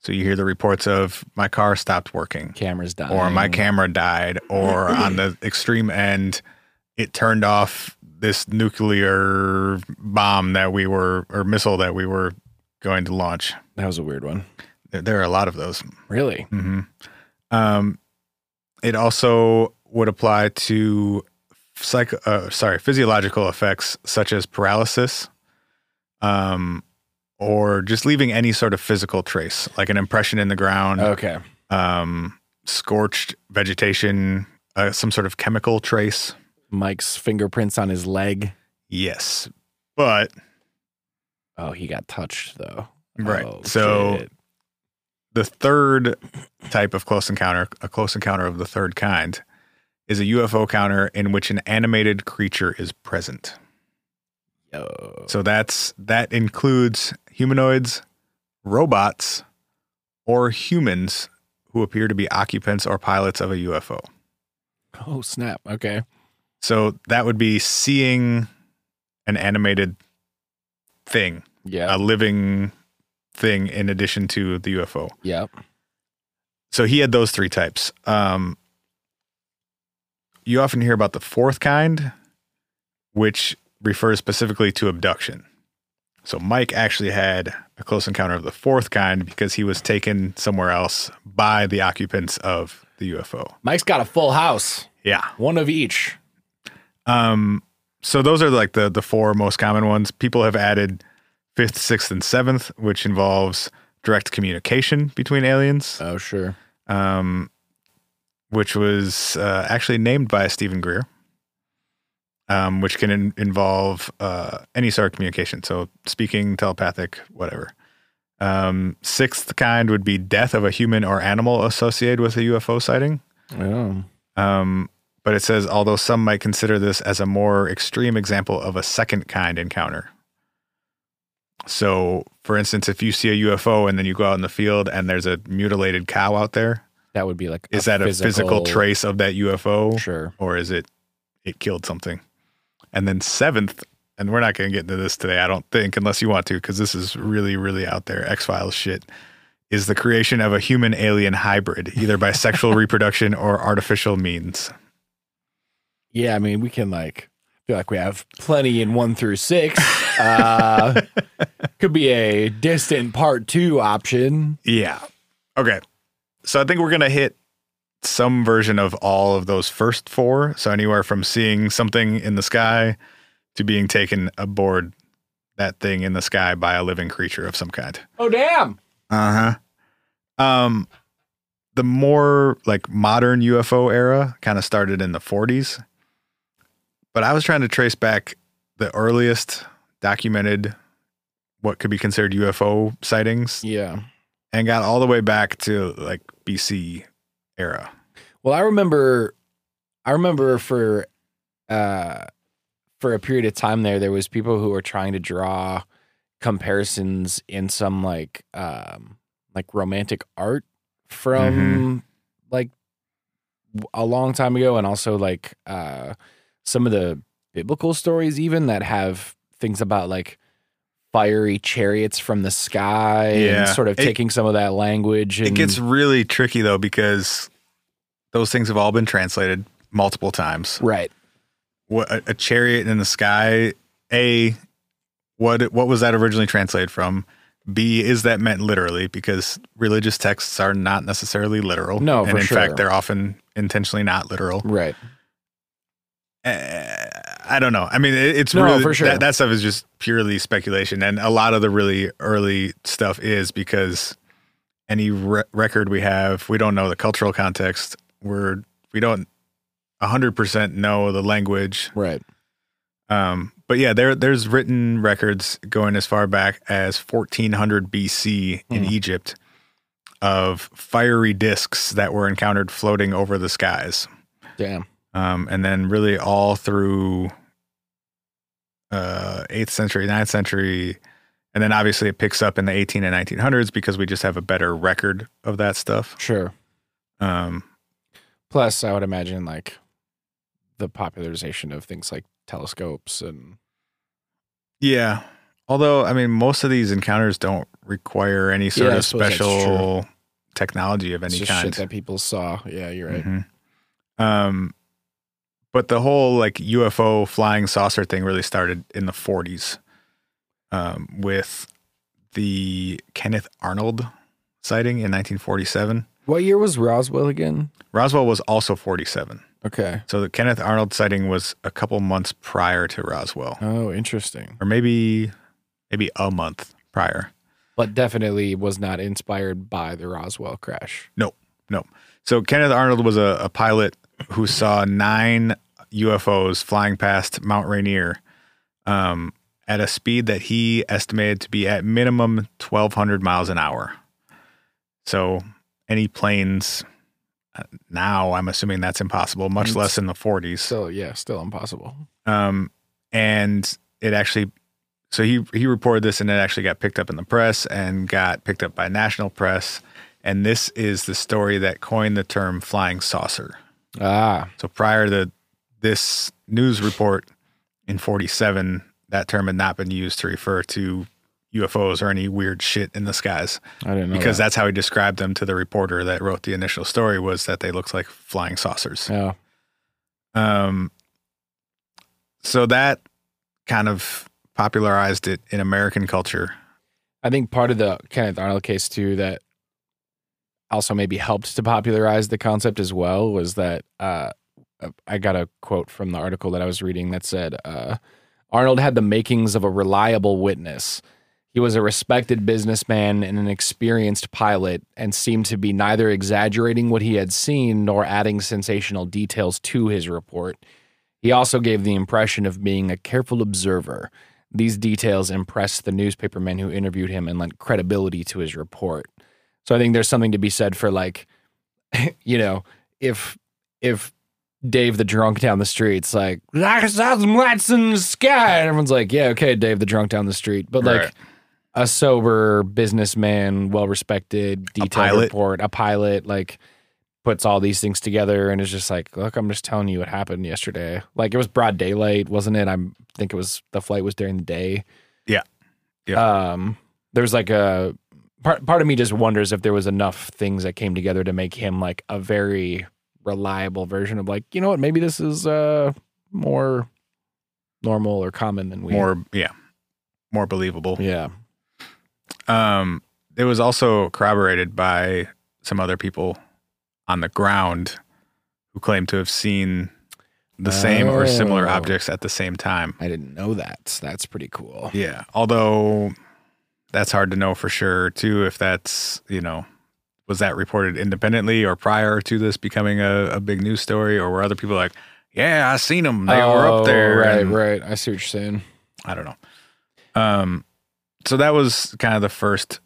Speaker 3: So you hear the reports of my car stopped working
Speaker 1: Cameras dying.
Speaker 3: or my camera died, or on the extreme end, it turned off this nuclear bomb that we were, or missile that we were going to launch.
Speaker 1: That was a weird one.
Speaker 3: There, there are a lot of those.
Speaker 1: Really?
Speaker 3: hmm Um, it also would apply to psych, uh, sorry, physiological effects such as paralysis, um, or just leaving any sort of physical trace, like an impression in the ground
Speaker 1: Okay.
Speaker 3: um, scorched vegetation, uh, some sort of chemical trace.
Speaker 1: Mike's fingerprints on his leg.
Speaker 3: Yes, but
Speaker 1: Oh, he got touched though.
Speaker 3: Right.
Speaker 1: Oh,
Speaker 3: So-
Speaker 1: shit.
Speaker 3: the third type of close encounter, a close encounter of the third kind, is a UFO counter in which an animated creature is present.
Speaker 1: Yo.
Speaker 3: So that's that includes humanoids, robots, or humans who appear to be occupants or pilots of a UFO.
Speaker 1: Oh snap. Okay.
Speaker 3: So that would be seeing an animated thing
Speaker 1: Yeah.
Speaker 3: a living thing in addition to the UFO.
Speaker 1: yeah.
Speaker 3: So he had those three types. Um, you often hear about the fourth kind, which refers specifically to abduction. So Mike actually had a close encounter of the fourth kind because he was taken somewhere else by the occupants of the UFO.
Speaker 1: Mike's got a full house.
Speaker 3: Yeah.
Speaker 1: One of each.
Speaker 3: Um, so those are like the the four most common ones. People have added fifth, sixth, and seventh, which involves direct communication between aliens,
Speaker 1: Oh sure.
Speaker 3: um, which was uh, actually named by Stephen Greer, um, which can in- involve uh, any sort of communication, so speaking, telepathic, whatever. Um, sixth kind would be death of a human or animal associated with a UFO sighting.
Speaker 1: Oh.
Speaker 3: Um, but it says, although some might consider this as a more extreme example of a second kind encounter. So, for instance, if you see a UFO and then you go out in the field and there's a mutilated cow out there,
Speaker 1: That would be like
Speaker 3: is that a physical trace of that UFO
Speaker 1: Sure.
Speaker 3: or is it it killed something? And then, seventh, and we're not going to get into this today, I don't think, unless you want to, because this is really, really out there X Files shit, is the creation of a human alien hybrid, either by sexual reproduction or artificial means.
Speaker 1: Yeah, I mean we can like feel like we have plenty in one through six. Uh, could be a distant part two option.
Speaker 3: Yeah. Okay. So I think we're going to hit some version of all of those first four. So anywhere from seeing something in the sky to being taken aboard that thing in the sky by a living creature of some kind.
Speaker 1: Oh, damn.
Speaker 3: Uh huh. Um, the more like modern UFO era kind of started in the 40s. But I was trying to trace back the earliest documented what could be considered UFO sightings
Speaker 1: Yeah.
Speaker 3: and got all the way back to like BC era.
Speaker 1: Well, I remember, I remember for, uh, for a period of time there, there was people who were trying to draw comparisons in some like, um, like romantic art from
Speaker 3: Mm-hmm.
Speaker 1: like w- a long time ago, and also like uh, some of the biblical stories even that have things about like fiery chariots from the sky
Speaker 3: Yeah.
Speaker 1: and sort of
Speaker 3: It-
Speaker 1: taking some of that language. And,
Speaker 3: It gets really tricky though because those things have all been translated multiple times.
Speaker 1: right.
Speaker 3: What a, a chariot in the sky, A what what was that originally translated from? B is that meant literally because religious texts are not necessarily literal.
Speaker 1: No,
Speaker 3: and
Speaker 1: for
Speaker 3: in
Speaker 1: sure.
Speaker 3: fact they're often intentionally not literal.
Speaker 1: Right.
Speaker 3: Uh, I don't know. I mean, it, it's
Speaker 1: No,
Speaker 3: really
Speaker 1: for sure.
Speaker 3: that, that stuff is just purely speculation, and a lot of the really early stuff is because any re- record we have, we don't know the cultural context. We're we don't hundred percent know the language.
Speaker 1: Right.
Speaker 3: Um, but yeah, there there's written records going as far back as 1400 BC in
Speaker 1: Hmm.
Speaker 3: Egypt of fiery discs that were encountered floating over the skies
Speaker 1: Damn.
Speaker 3: um, and then really all through uh, 8th century 9th century and then obviously it picks up in the 18 and 1900s because we just have a better record of that stuff
Speaker 1: Sure.
Speaker 3: um,
Speaker 1: Plus, I would imagine like the popularization of things like telescopes and
Speaker 3: yeah although i mean most of these encounters don't require any sort
Speaker 1: Yeah, I
Speaker 3: of
Speaker 1: suppose that's
Speaker 3: special technology of
Speaker 1: it's
Speaker 3: any
Speaker 1: just
Speaker 3: kind
Speaker 1: shit that people saw. Yeah, you're right.
Speaker 3: Mhm. um, but the whole like ufo flying saucer thing really started in the 40s um, with the Kenneth Arnold sighting in 1947.
Speaker 1: What year was Roswell again?
Speaker 3: Roswell was also 47.
Speaker 1: Okay.
Speaker 3: So the Kenneth Arnold sighting was a couple months prior to Roswell,
Speaker 1: Oh, interesting.
Speaker 3: or maybe maybe a month prior.
Speaker 1: But definitely was not inspired by the Roswell crash.
Speaker 3: So Kenneth Arnold was a, a pilot who saw nine UFOs flying past Mount Rainier um, at a speed that he estimated to be at minimum 1,200 miles an hour. So any planes uh, now, I'm assuming that's impossible, much
Speaker 1: It's-
Speaker 3: less in the 40s
Speaker 1: Still, yeah, still impossible.
Speaker 3: um, and it actually so he he reported this and it actually got picked up in the press and got picked up by national press and this is the story that coined the term flying saucer
Speaker 1: Ah,
Speaker 3: so prior to this news report in 47 that term had not been used to refer to UFOs or any weird shit in the skies
Speaker 1: I didn't know
Speaker 3: because that's how he described them to the reporter that wrote the initial story was that they looked like flying saucers
Speaker 1: Oh,
Speaker 3: um, so that kind of popularized it in American culture.
Speaker 1: I think part of the Kenneth Arnold case too that also maybe helped to popularize the concept as well was that uh, I got a quote from the article that I was reading that said uh, Arnold had the makings of a reliable witness. He was a respected businessman and an experienced pilot, and seemed to be neither exaggerating what he had seen nor adding sensational details to his report. He also gave the impression of being a careful observer. These details impressed the newspapermen who interviewed him and lent credibility to his report. So I think there's something to be said for like, you know, if if Dave the drunk down the street's like, I saw some lights in the sky, and everyone's like, yeah, okay, Dave the drunk down the street, but like.
Speaker 3: Right.
Speaker 1: A sober businessman, well respected, detailed
Speaker 3: pilot.
Speaker 1: report, a pilot, like puts all these things together and is just like, look, I'm just telling you what happened yesterday. Like it was broad daylight, wasn't it? I think it was the flight was during the day.
Speaker 3: Yeah.
Speaker 1: Yeah. Um, there was like a part. Part of me just wonders if there was enough things that came together to make him like a very reliable version of like, you know what? Maybe this is uh more normal or common than we
Speaker 3: More, yeah. more believable.
Speaker 1: Yeah.
Speaker 3: Um, it was also corroborated by some other people on the ground who claimed to have seen the same or similar
Speaker 1: Oh.
Speaker 3: objects at the same time.
Speaker 1: I didn't know that. That's pretty cool.
Speaker 3: Yeah. Although that's hard to know for sure, too, if that's, you know, was that reported independently or prior to this becoming a, a big news story, or were other people like, yeah, I seen them. They were
Speaker 1: Oh,
Speaker 3: up there.
Speaker 1: Right,
Speaker 3: and-
Speaker 1: right. I see what you're saying.
Speaker 3: I don't know. Um, so that was kind of the first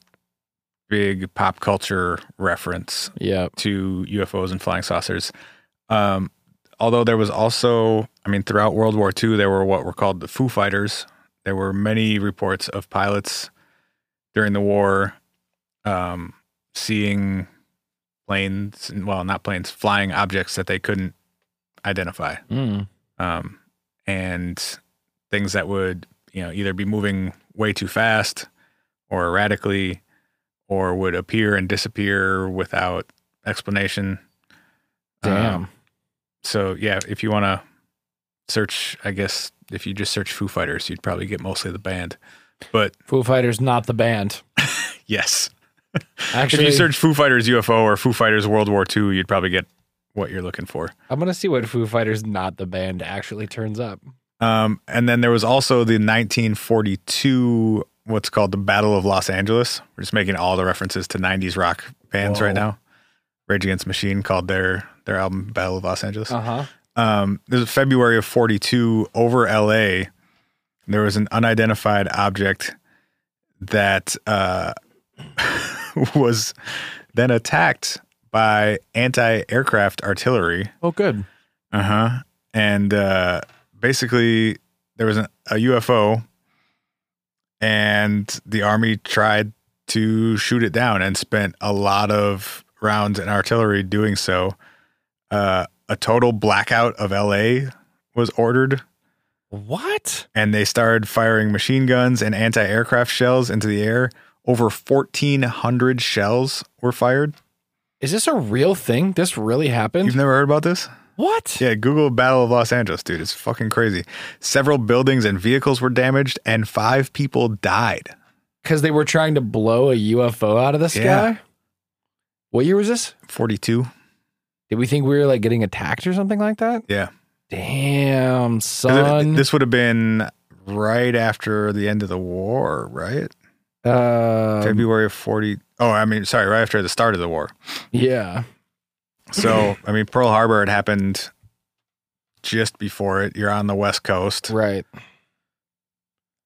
Speaker 3: big pop culture reference
Speaker 1: Yeah.
Speaker 3: to UFOs and flying saucers. Um, although there was also, I mean, throughout World War II, there were what were called the Foo Fighters. There were many reports of pilots during the war um, seeing planes, well, not planes, flying objects that they couldn't identify
Speaker 1: Mm.
Speaker 3: um, and things that would you know either be moving way too fast or erratically or would appear and disappear without explanation
Speaker 1: Damn.
Speaker 3: Um, so yeah if you want to search i guess if you just search foo fighters you'd probably get mostly the band but
Speaker 1: Foo Fighters not the band.
Speaker 3: yes
Speaker 1: Actually,
Speaker 3: if you search foo fighters ufo or foo fighters world war ii you'd probably get what you're looking for
Speaker 1: I'm gonna see what Foo Fighters not the band actually turns up.
Speaker 3: Um, and then there was also the 1942, what's called the Battle of Los Angeles. We're just making all the references to 90s rock bands
Speaker 1: Whoa.
Speaker 3: right now. Rage Against the Machine called their their album Battle of Los Angeles.
Speaker 1: Uh huh.
Speaker 3: Um, this is February of 42 over LA. There was an unidentified object that uh, was then attacked by anti aircraft artillery.
Speaker 1: Oh, good.
Speaker 3: Uh-huh. And uh basically there was an, a UFO and the army tried to shoot it down and spent a lot of rounds and artillery doing so. Uh a total blackout of LA was ordered
Speaker 1: What?
Speaker 3: and they started firing machine guns and anti-aircraft shells into the air. Over 1400 shells were fired.
Speaker 1: Is this a real thing? This really happened?
Speaker 3: You've never heard about this?
Speaker 1: what?
Speaker 3: Yeah, Google Battle of Los Angeles, dude. It's fucking crazy. Several buildings and vehicles were damaged, and five people died.
Speaker 1: Because they were trying to blow a UFO out of the sky.
Speaker 3: Yeah.
Speaker 1: What year was this?
Speaker 3: 42.
Speaker 1: Did we think we were like getting attacked or something like that?
Speaker 3: Yeah.
Speaker 1: Damn,
Speaker 3: 'Cause it-
Speaker 1: son.
Speaker 3: This would have been right after the end of the war, right?
Speaker 1: uh,
Speaker 3: February of 40. Oh, I mean, sorry, right after the start of the war.
Speaker 1: yeah.
Speaker 3: So, I mean, Pearl Harbor had happened just before it. You're on the West Coast.
Speaker 1: Right.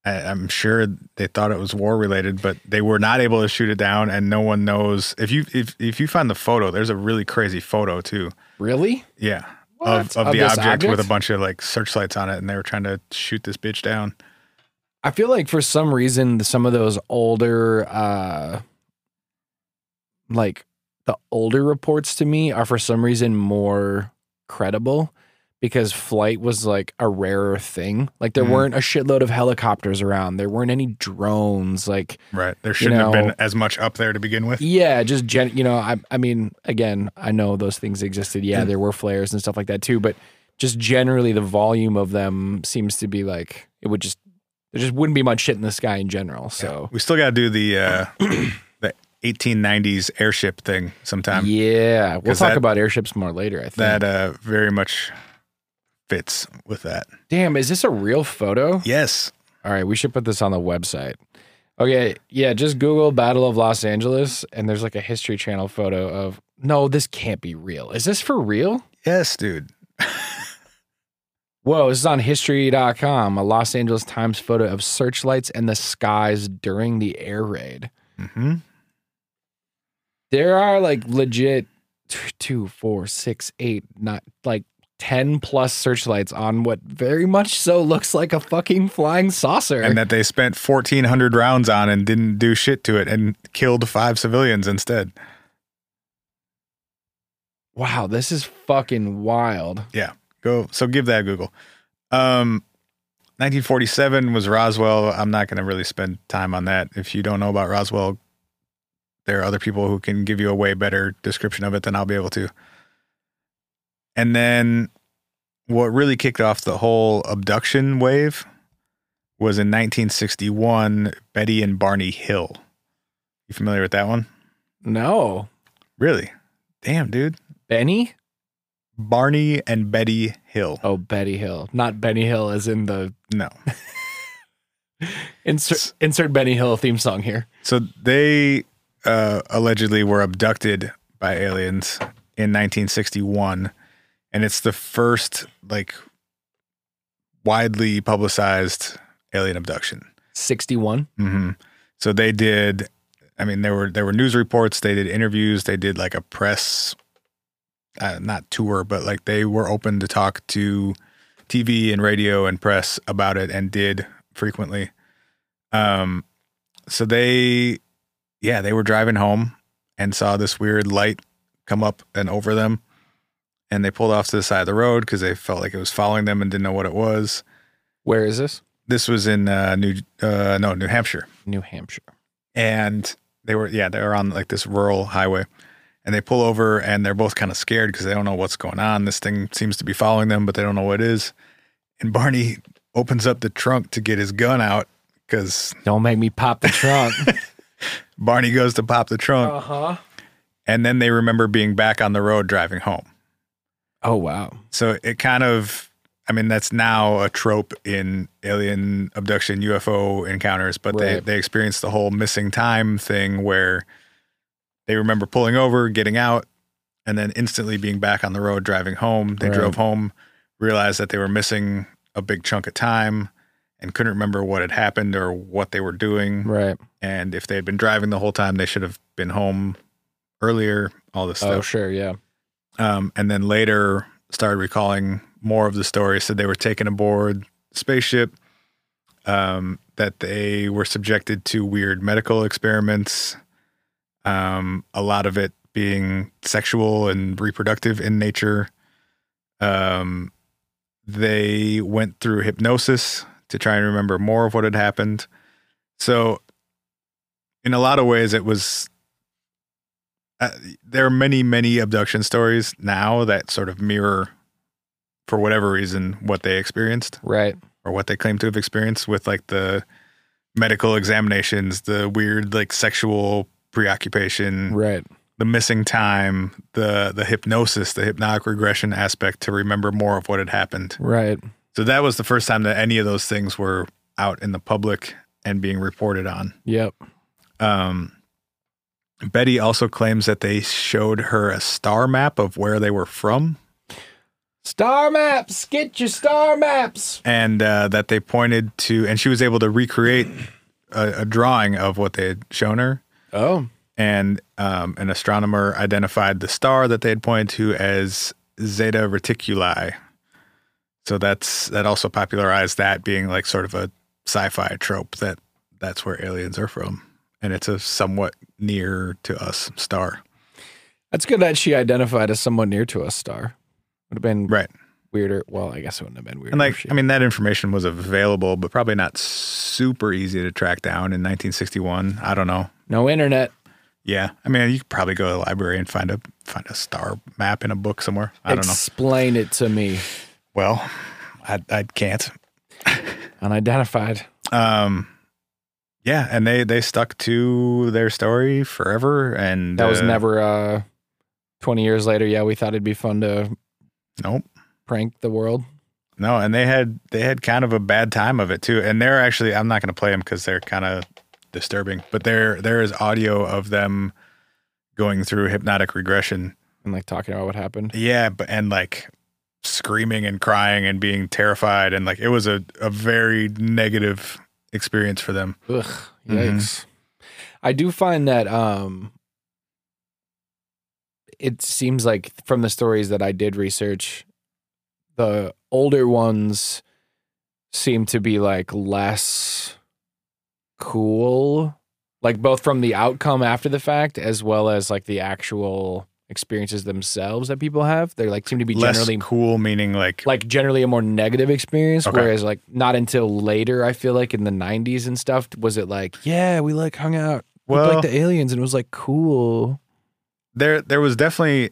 Speaker 3: I, I'm sure they thought it was war related, but they were not able to shoot it down, and no one knows. If you if, if you find the photo, there's a really crazy photo too.
Speaker 1: Really?
Speaker 3: Yeah.
Speaker 1: What?
Speaker 3: Of, of, the
Speaker 1: this
Speaker 3: object, with a bunch of like searchlights on it, and they were trying to shoot this bitch down.
Speaker 1: I feel like for some reason some of those older uh like the older reports to me are for some reason more credible because flight was like a rarer thing. Like there
Speaker 3: Mhm.
Speaker 1: weren't a shitload of helicopters around. There weren't any drones like
Speaker 3: Right. There shouldn't have
Speaker 1: know-
Speaker 3: been as much up there to begin with.
Speaker 1: yeah, just gen- you know, I I mean, again, I know those things existed. Yeah,
Speaker 3: Mm.
Speaker 1: there were flares and stuff like that too, but just generally the volume of them seems to be like it would just there just wouldn't be much shit in the sky in general. So
Speaker 3: We still got to do the uh, the 1890s airship thing sometime.
Speaker 1: yeah, we'll
Speaker 3: 'cause
Speaker 1: talk
Speaker 3: that-
Speaker 1: about airships more later. I think.
Speaker 3: That uh, very much fits with that.
Speaker 1: Damn, is this a real photo?
Speaker 3: Yes.
Speaker 1: All right, we should put this on the website. Okay, yeah, just Google Battle of Los Angeles, and there's like a History Channel photo of. No, this can't be real. Is this for real?
Speaker 3: Yes, dude.
Speaker 1: Whoa, this is on history.com, a Los Angeles Times photo of searchlights and the skies during the air raid.
Speaker 3: Mm-hmm.
Speaker 1: There are like legit t- two, four, six, eight, not like 10 plus searchlights on what very much so looks like a fucking flying saucer.
Speaker 3: And that they spent 1,400 rounds on and didn't do shit to it and killed five civilians instead.
Speaker 1: wow, this is fucking wild.
Speaker 3: Go. So give that a Google. Um, 1947 was Roswell. I'm not going to really spend time on that. If you don't know about Roswell, there are other people who can give you a way better description of it than I'll be able to. And then what really kicked off the whole abduction wave was in 1961, Betty and Barney Hill. You familiar with that one?
Speaker 1: No.
Speaker 3: Really? Damn, dude.
Speaker 1: Benny?
Speaker 3: Barney and Betty Hill.
Speaker 1: Oh, Betty Hill. Not Benny Hill as in the
Speaker 3: No.
Speaker 1: insert insert Benny Hill theme song here.
Speaker 3: So they uh, allegedly were abducted by aliens in 1961, and it's the first like widely publicized alien abduction.
Speaker 1: 61.
Speaker 3: hmm So they did. I mean, there were there were news reports. They did interviews. They did like a press, uh, not tour, but like they were open to talk to TV and radio and press about it, and did frequently. Um, so they, yeah, they were driving home and saw this weird light come up and over them, and they pulled off to the side of the road because they felt like it was following them and didn't know what it was.
Speaker 1: Where is this?
Speaker 3: This was in uh, New uh, no New Hampshire
Speaker 1: New Hampshire.
Speaker 3: and they were yeah they were on like this rural highway and they pull over and they're both kind of scared because they don't know what's going on this thing seems to be following them but they don't know what it is and barney opens up the trunk to get his gun out because
Speaker 1: Don't make me pop the trunk.
Speaker 3: barney goes to pop the trunk
Speaker 1: uh-huh.
Speaker 3: and then they remember being back on the road driving home
Speaker 1: Oh wow.
Speaker 3: So it kind of, I mean, that's now a trope in alien abduction, UFO encounters, but
Speaker 1: Right.
Speaker 3: they, they experienced the whole missing time thing where they remember pulling over, getting out, and then instantly being back on the road driving home. They
Speaker 1: Right.
Speaker 3: drove home, realized that they were missing a big chunk of time and couldn't remember what had happened or what they were doing.
Speaker 1: Right. Oh,
Speaker 3: And if they had been driving the whole time, they should have been home earlier, all this
Speaker 1: Oh
Speaker 3: stuff
Speaker 1: sure, yeah.
Speaker 3: um, and then later started recalling more of the story. Said they were taken aboard spaceship, um, that they were subjected to weird medical experiments, um, a lot of it being sexual and reproductive in nature. Um, they went through hypnosis to try and remember more of what had happened. So, in a lot of ways, it was uh, there are many, many abduction stories now that sort of mirror, for whatever reason, what they experienced
Speaker 1: Right.
Speaker 3: or what they claim to have experienced with like the medical examinations, the weird like sexual preoccupation,
Speaker 1: Right.
Speaker 3: the missing time, the the hypnosis, the hypnotic regression aspect to remember more of what had happened.
Speaker 1: Right.
Speaker 3: So that was the first time that any of those things were out in the public and being reported on.
Speaker 1: Yep.
Speaker 3: Um, Betty also claims that they showed her a star map of where they were from
Speaker 1: Star maps. Get your star maps.
Speaker 3: and uh, that they pointed to, and she was able to recreate a, a drawing of what they had shown her.
Speaker 1: Oh.
Speaker 3: And um, an astronomer identified the star that they had pointed to as Zeta Reticuli. So that's that also popularized that being like sort of a sci-fi trope that that's where aliens are from, and it's a somewhat near to us star.
Speaker 1: That's good that she identified as someone near to us star. Would have been
Speaker 3: Right.
Speaker 1: weirder. Well, I guess it wouldn't have been weird.
Speaker 3: And like, I mean, that information was available, but probably not super easy to track down in 1961. I don't know.
Speaker 1: no internet.
Speaker 3: Yeah, I mean, you could probably go to the library and find a find a star map in a book somewhere. I don't know.
Speaker 1: Explain it to me.
Speaker 3: Well, I I can't.
Speaker 1: Unidentified.
Speaker 3: Um, yeah, and they they stuck to their story forever, and
Speaker 1: That was
Speaker 3: uh,
Speaker 1: never uh 20 years later. Yeah, we thought it'd be fun to
Speaker 3: nope.
Speaker 1: prank the world.
Speaker 3: No, and they had they had kind of a bad time of it too. And they're actually I'm not going to play them because they're kind of disturbing. But there there is audio of them going through hypnotic regression.
Speaker 1: And like talking about what happened.
Speaker 3: Yeah, but and like screaming and crying and being terrified and like it was a a very negative experience for them.
Speaker 1: Ugh. Yikes. I do find that um it seems like from the stories that I did research, the older ones seem to be like less cool. Like both from the outcome after the fact as well as like the actual experiences themselves that people have. They're like seem to be
Speaker 3: Less
Speaker 1: generally
Speaker 3: cool meaning like
Speaker 1: like generally a more negative experience.
Speaker 3: Okay.
Speaker 1: Whereas like not until later, I feel like in the '90s and stuff, was it like, yeah, we like hung out with
Speaker 3: well
Speaker 1: like the aliens and it was like cool.
Speaker 3: there there was definitely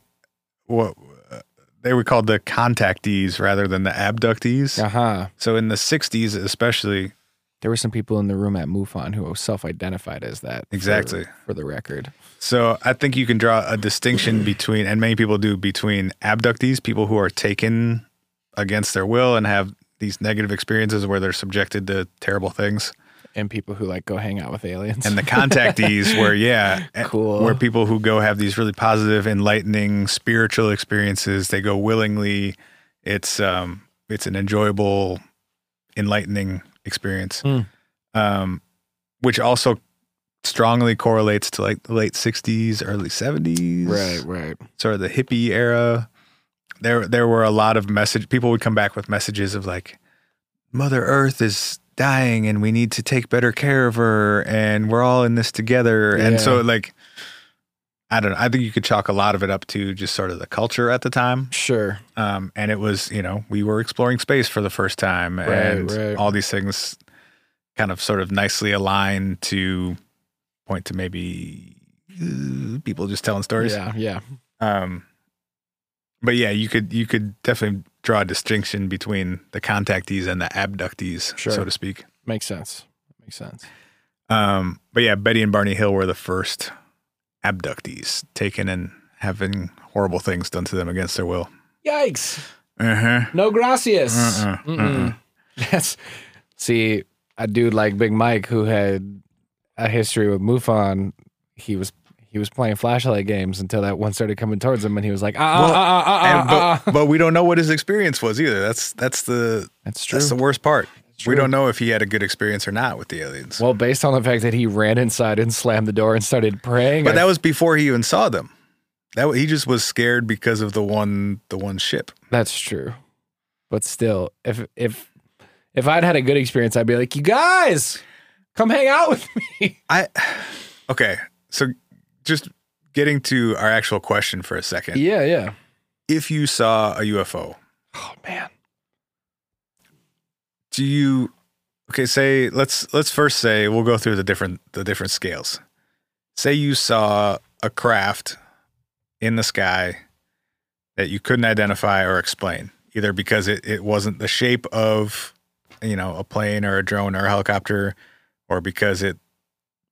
Speaker 3: what uh, they were called the contactees rather than the abductees.
Speaker 1: Uh huh.
Speaker 3: So in the 60s especially
Speaker 1: there were some people in the room at MUFON who self-identified as that. for-
Speaker 3: Exactly.
Speaker 1: for the record.
Speaker 3: So I think you can draw a distinction between, and many people do, between abductees, people who are taken against their will and have these negative experiences where they're subjected to terrible things,
Speaker 1: and people who like go hang out with aliens.
Speaker 3: and the contactees, where yeah, eh,
Speaker 1: Cool.
Speaker 3: where people who go have these really positive, enlightening, spiritual experiences. They go willingly. It's um, it's an enjoyable, enlightening experience,
Speaker 1: Hmm.
Speaker 3: um, which also strongly correlates to like the late '60s, early '70s,
Speaker 1: right, right.
Speaker 3: sort of the hippie era, there there were a lot of message. People would come back with messages of like, Mother Earth is dying, and we need to take better care of her, and we're all in this together.
Speaker 1: Yeah.
Speaker 3: And so, like, I don't know. I think you could chalk a lot of it up to just sort of the culture at the time.
Speaker 1: Sure.
Speaker 3: Um, and it was, you know, we were exploring space for the first time,
Speaker 1: Right,
Speaker 3: and
Speaker 1: right.
Speaker 3: all these things kind of sort of nicely aligned to point to maybe uh, people just telling stories.
Speaker 1: Yeah, yeah.
Speaker 3: Um, but yeah, you could you could definitely draw a distinction between the contactees and the abductees,
Speaker 1: Sure.
Speaker 3: so to speak.
Speaker 1: Makes sense. Makes sense.
Speaker 3: Um, but yeah, Betty and Barney Hill were the first abductees taken and having horrible things done to them against their will.
Speaker 1: Yikes.
Speaker 3: Uh huh.
Speaker 1: No gracias.
Speaker 3: Uh-uh,
Speaker 1: Mm-mm. That's see, a dude like Big Mike who had a history with MUFON, he was he was playing flashlight games until that one started coming towards him and he was like, ah,
Speaker 3: Well,
Speaker 1: ah, ah, ah,
Speaker 3: And,
Speaker 1: ah, ah,
Speaker 3: but, but we don't know what his experience was either. That's that's the
Speaker 1: That's true.
Speaker 3: that's the worst part.
Speaker 1: true.
Speaker 3: We don't know if he had a good experience or not with the aliens.
Speaker 1: well, based on the fact that he ran inside and slammed the door and started praying.
Speaker 3: but
Speaker 1: I-
Speaker 3: that was before he even saw them. That wa- he just was scared because of the one the one ship.
Speaker 1: That's true. But still, if if if I'd had a good experience, I'd be like, you guys, come hang out with me.
Speaker 3: I okay. So just getting to our actual question for a second.
Speaker 1: Yeah, yeah.
Speaker 3: If you saw a UFO,
Speaker 1: Oh man.
Speaker 3: do you okay, say let's let's first say we'll go through the different the different scales. Say you saw a craft in the sky that you couldn't identify or explain, either because it, it wasn't the shape of you know, a plane or a drone or a helicopter, or because it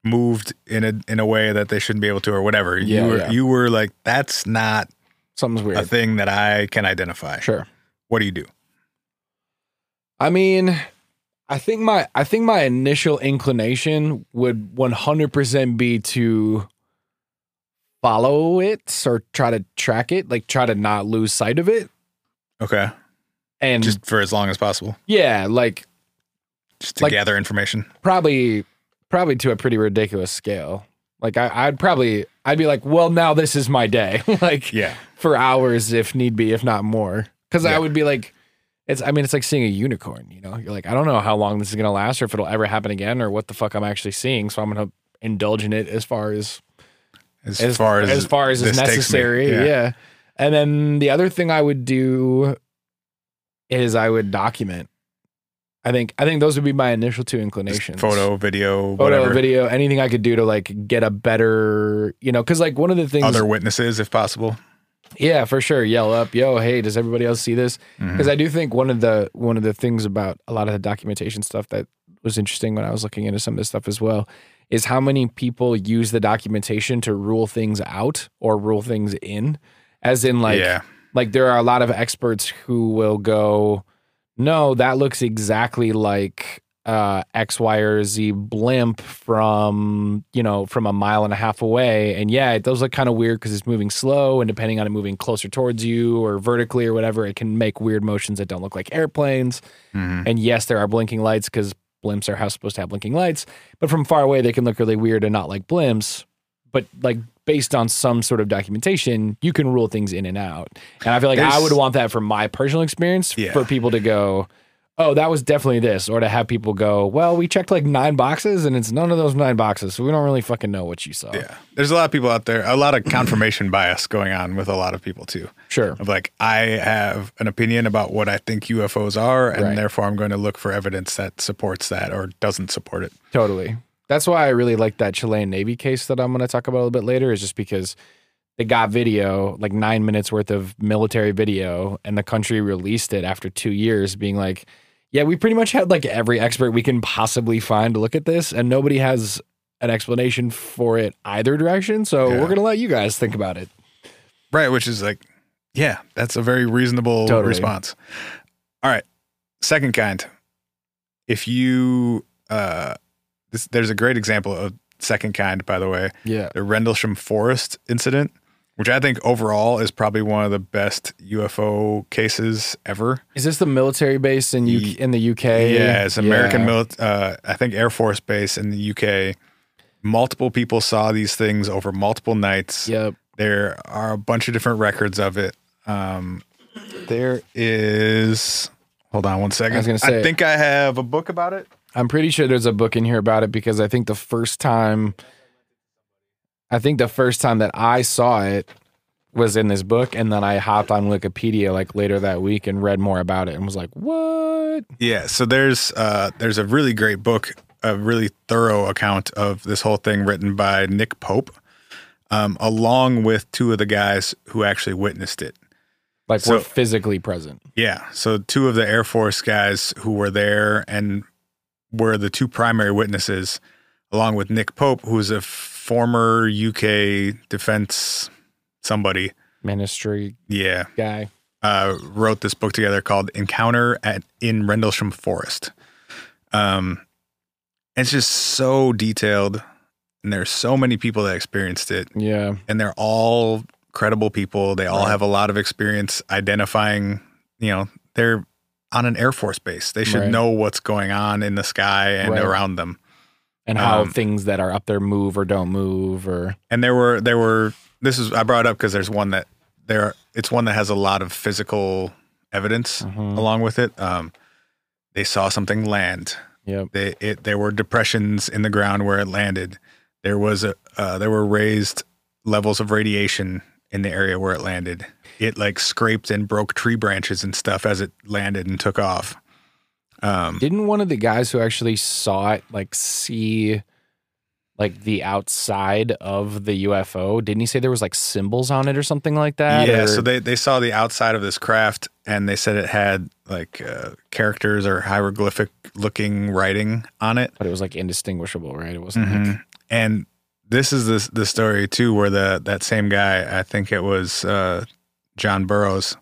Speaker 3: moved in a in a way that they shouldn't be able to or whatever.
Speaker 1: Yeah,
Speaker 3: you were
Speaker 1: yeah.
Speaker 3: you were like, that's not
Speaker 1: Something's
Speaker 3: a
Speaker 1: weird.
Speaker 3: thing that I can identify.
Speaker 1: Sure.
Speaker 3: What do you do?
Speaker 1: I mean, I think my I think my initial inclination would 100% be to follow it or try to track it, like try to not lose sight of it.
Speaker 3: Okay.
Speaker 1: And
Speaker 3: Just for as long as possible.
Speaker 1: yeah, like
Speaker 3: Just to
Speaker 1: Like-
Speaker 3: gather information.
Speaker 1: probably probably to a pretty ridiculous scale. Like I, I'd probably I'd be like, well, now this is my day, like
Speaker 3: Yeah.
Speaker 1: for hours if need be, if not more. Because I
Speaker 3: Yeah.
Speaker 1: would be like, it's I mean, it's like seeing a unicorn. You know, you're like, I don't know how long this is gonna last, or if it'll ever happen again, or what the fuck I'm actually seeing. So I'm gonna indulge in it as far as
Speaker 3: As,
Speaker 1: as
Speaker 3: far as
Speaker 1: as far as is
Speaker 3: this takes me.
Speaker 1: necessary. Yeah. And then the other thing I would do is I would document. I think I think those would be my initial two
Speaker 3: Just
Speaker 1: inclinations.
Speaker 3: Photo, video,
Speaker 1: photo,
Speaker 3: whatever.
Speaker 1: video, anything I could do to like get a better, you know, because like one of the things,
Speaker 3: Other witnesses, if possible.
Speaker 1: yeah, for sure, yell up, yo, hey, does everybody else see this?
Speaker 3: Mhm.
Speaker 1: Because I do think one of the one of the things about a lot of the documentation stuff that was interesting when I was looking into some of this stuff as well is how many people use the documentation to rule things out or rule things in, as in like
Speaker 3: yeah.
Speaker 1: like there are a lot of experts who will go no that looks exactly like uh, x y or z blimp from you know from a mile and a half away and yeah it does look kind of weird because it's moving slow and depending on it moving closer towards you or vertically or whatever it can make weird motions that don't look like airplanes
Speaker 3: Mhm.
Speaker 1: and yes, there are blinking lights because blimps are how supposed to have blinking lights. But from far away, they can look really weird and not like blimps. But like based on some sort of documentation, you can rule things in and out. And I feel like I
Speaker 3: There's-
Speaker 1: would want that for my personal experience
Speaker 3: Yeah.
Speaker 1: for people to go, oh, that was definitely this, or to have people go, well, we checked like nine boxes and it's none of those nine boxes, so we don't really fucking know what you saw.
Speaker 3: Yeah. There's a lot of people out there, a lot of confirmation bias going on with a lot of people too.
Speaker 1: Sure.
Speaker 3: Of like, I have an opinion about what I think UFOs are, and
Speaker 1: Right.
Speaker 3: therefore I'm going to look for evidence that supports that or doesn't support it.
Speaker 1: Totally. That's why I really like that Chilean Navy case that I'm going to talk about a little bit later, is just because they got video, like nine minutes worth of military video, and the country released it after two years, being like, Yeah, we pretty much had like every expert we can possibly find to look at this, and nobody has an explanation for it either direction. So
Speaker 3: Yeah.
Speaker 1: we're gonna let you guys think about it.
Speaker 3: Right, which is like, yeah, that's a very reasonable
Speaker 1: Totally.
Speaker 3: response. All right. Second kind. If you uh this, there's a great example of second kind, by the way.
Speaker 1: Yeah.
Speaker 3: The Rendlesham Forest incident, which I think overall is probably one of the best UFO cases ever.
Speaker 1: Is this the military base in
Speaker 3: Ye-
Speaker 1: U- in the UK?
Speaker 3: Yeah, it's American
Speaker 1: Yeah.
Speaker 3: mil- uh, I think Air Force Base in the UK. Multiple people saw these things over multiple nights.
Speaker 1: Yep.
Speaker 3: There are a bunch of different records of it. Um, there is. Hold on one second.
Speaker 1: I was gonna say-
Speaker 3: think I have a book about it.
Speaker 1: I'm pretty sure there's a book in here about it because I think the first time I think the first time that I saw it was in this book and then I hopped on Wikipedia like later that week and read more about it and was like, "What?"
Speaker 3: Yeah. So there's uh, there's a really great book, a really thorough account of this whole thing written by Nick Pope, um, along with two of the guys who actually witnessed it.
Speaker 1: Like
Speaker 3: So-
Speaker 1: we're physically present.
Speaker 3: Yeah. So two of the Air Force guys who were there and were the two primary witnesses, along with Nick Pope, who's a former UK defense somebody.
Speaker 1: Ministry
Speaker 3: Yeah.
Speaker 1: guy.
Speaker 3: Uh, wrote this book together called Encounter at in Rendlesham Forest. Um, it's just so detailed, and there's so many people that experienced it
Speaker 1: Yeah.
Speaker 3: and they're all credible people. They all
Speaker 1: Right.
Speaker 3: have a lot of experience identifying, you know, they're on an Air Force base. They should
Speaker 1: Right.
Speaker 3: know what's going on in the sky and
Speaker 1: Right.
Speaker 3: around them.
Speaker 1: And how
Speaker 3: Um,
Speaker 1: things that are up there move or don't move or
Speaker 3: And there were there were this is I brought it up because there's one that there it's one that has a lot of physical evidence
Speaker 1: Mhm.
Speaker 3: along with it. Um, they saw something land.
Speaker 1: Yep.
Speaker 3: They it there were depressions in the ground where it landed. There was a uh, there were raised levels of radiation in the area where it landed. It like scraped and broke tree branches and stuff as it landed and took off. Um,
Speaker 1: Didn't one of the guys who actually saw it like see like the outside of the UFO? Didn't he say there was like symbols on it or something like that?
Speaker 3: yeah,
Speaker 1: Or-
Speaker 3: so they they saw the outside of this craft and they said it had like uh, characters or hieroglyphic looking writing on it.
Speaker 1: but it was like indistinguishable, right? It wasn't like
Speaker 3: Mhm. And this is the the story too, where the that same guy, I think it was uh, John Burroughs,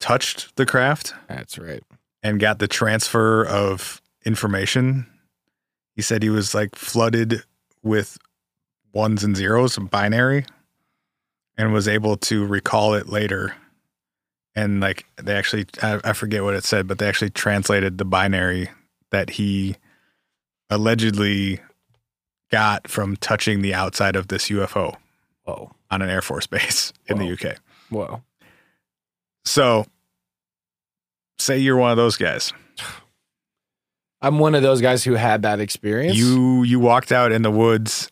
Speaker 3: touched the craft
Speaker 1: that's right.
Speaker 3: and got the transfer of information. He said he was like flooded with ones and zeros, binary, and was able to recall it later. And like they actually, I, I forget what it said, but they actually translated the binary that he allegedly got from touching the outside of this UFO
Speaker 1: Whoa.
Speaker 3: on an Air Force base in
Speaker 1: Whoa.
Speaker 3: the UK.
Speaker 1: Whoa.
Speaker 3: So, say you're one of those guys.
Speaker 1: I'm one of those guys who had that experience.
Speaker 3: You you walked out in the woods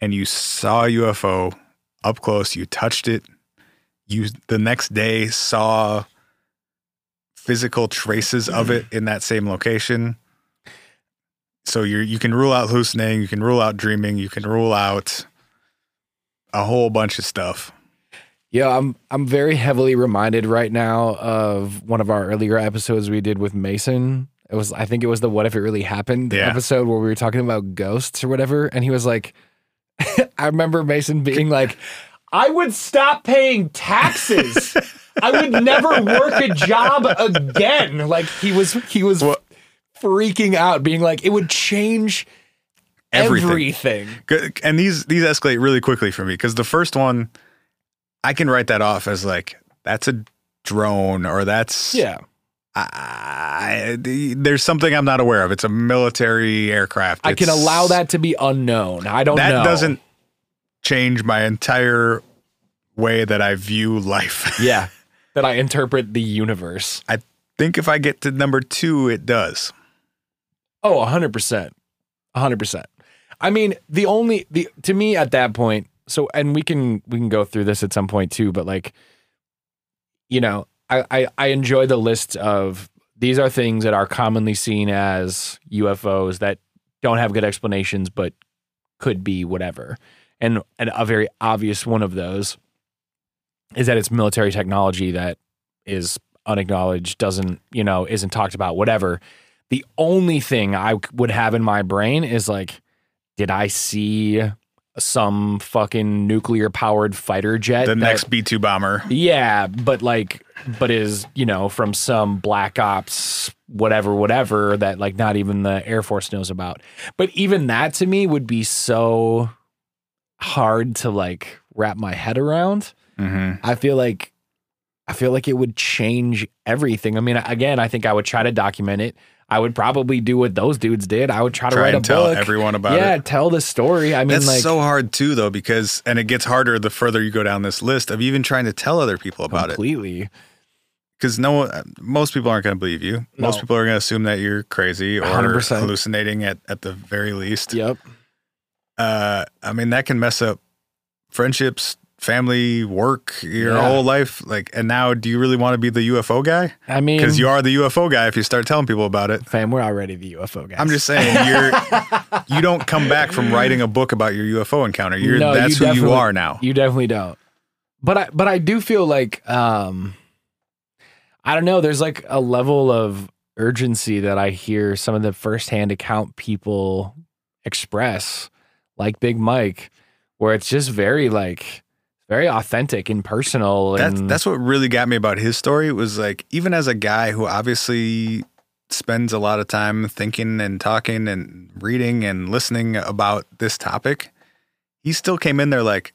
Speaker 3: and you saw a UFO up close, you touched it. You the next day saw physical traces of it in that same location. So you you can rule out hallucinating, you can rule out dreaming, you can rule out a whole bunch of stuff.
Speaker 1: Yeah, I'm I'm very heavily reminded right now of one of our earlier episodes we did with Mason. It was I think it was the what if it really happened
Speaker 3: Yeah.
Speaker 1: episode where we were talking about ghosts or whatever and he was like I remember Mason being like I would stop paying taxes. I would never work a job again. Like he was he was
Speaker 3: Well-
Speaker 1: freaking out being like it would change
Speaker 3: Everything.
Speaker 1: everything.
Speaker 3: Good- And these these escalate really quickly for me because the first one I can write that off as like that's a drone or that's
Speaker 1: Yeah.
Speaker 3: I, the- there's something I'm not aware of. It's a military aircraft.
Speaker 1: I can
Speaker 3: It's-
Speaker 1: allow that to be unknown. I don't
Speaker 3: That
Speaker 1: know.
Speaker 3: doesn't change my entire way that I view life.
Speaker 1: Yeah. That I interpret the universe.
Speaker 3: I think if I get to number two, it does.
Speaker 1: Oh, 100%. 100%. I mean, the only the to me at that point, so and we can we can go through this at some point too, but like you know, I I, I enjoy the list of these are things that are commonly seen as UFOs that don't have good explanations but could be whatever. And and a very obvious one of those is that it's military technology that is unacknowledged, doesn't, you know, isn't talked about, whatever. The only thing I would have in my brain is like, did I see some fucking nuclear powered fighter jet? that-
Speaker 3: The next B two bomber.
Speaker 1: yeah, but like, but is you know from some black ops whatever whatever that like not even the Air Force knows about. But even that to me would be so hard to like wrap my head around.
Speaker 3: hmm
Speaker 1: I feel like I feel like it would change everything. I mean, again, I think I would try to document it. I would probably do what those dudes did. I would try to
Speaker 3: Try
Speaker 1: write
Speaker 3: and
Speaker 1: a
Speaker 3: tell
Speaker 1: book.
Speaker 3: everyone about
Speaker 1: yeah,
Speaker 3: it.
Speaker 1: tell the story. I mean,
Speaker 3: That's
Speaker 1: like
Speaker 3: so hard too, though, because and it gets harder the further you go down this list of even trying to tell other people about it.
Speaker 1: completely.
Speaker 3: Because no, one- most people aren't going to believe you. Most
Speaker 1: No.
Speaker 3: people are going to assume that you're crazy or
Speaker 1: 100%.
Speaker 3: hallucinating at at the very least.
Speaker 1: Yep.
Speaker 3: uh, I mean, that can mess up friendships, family, work, your
Speaker 1: Yeah.
Speaker 3: whole life. Like, and now, do you really want to be the UFO guy?
Speaker 1: I mean,
Speaker 3: Because you are the UFO guy if you start telling people about it.
Speaker 1: Fam, we're already the UFO guys.
Speaker 3: I'm just saying, you're you don't come back from writing a book about your UFO encounter. You're
Speaker 1: No,
Speaker 3: that's who you
Speaker 1: definitely-
Speaker 3: are now.
Speaker 1: You definitely don't. But I but I do feel like um I don't know, there's like a level of urgency that I hear some of the firsthand account people express, like Big Mike, where it's just very like very authentic and personal.
Speaker 3: That's
Speaker 1: and
Speaker 3: that's what really got me about his story was like even as a guy who obviously spends a lot of time thinking and talking and reading and listening about this topic, he still came in there like,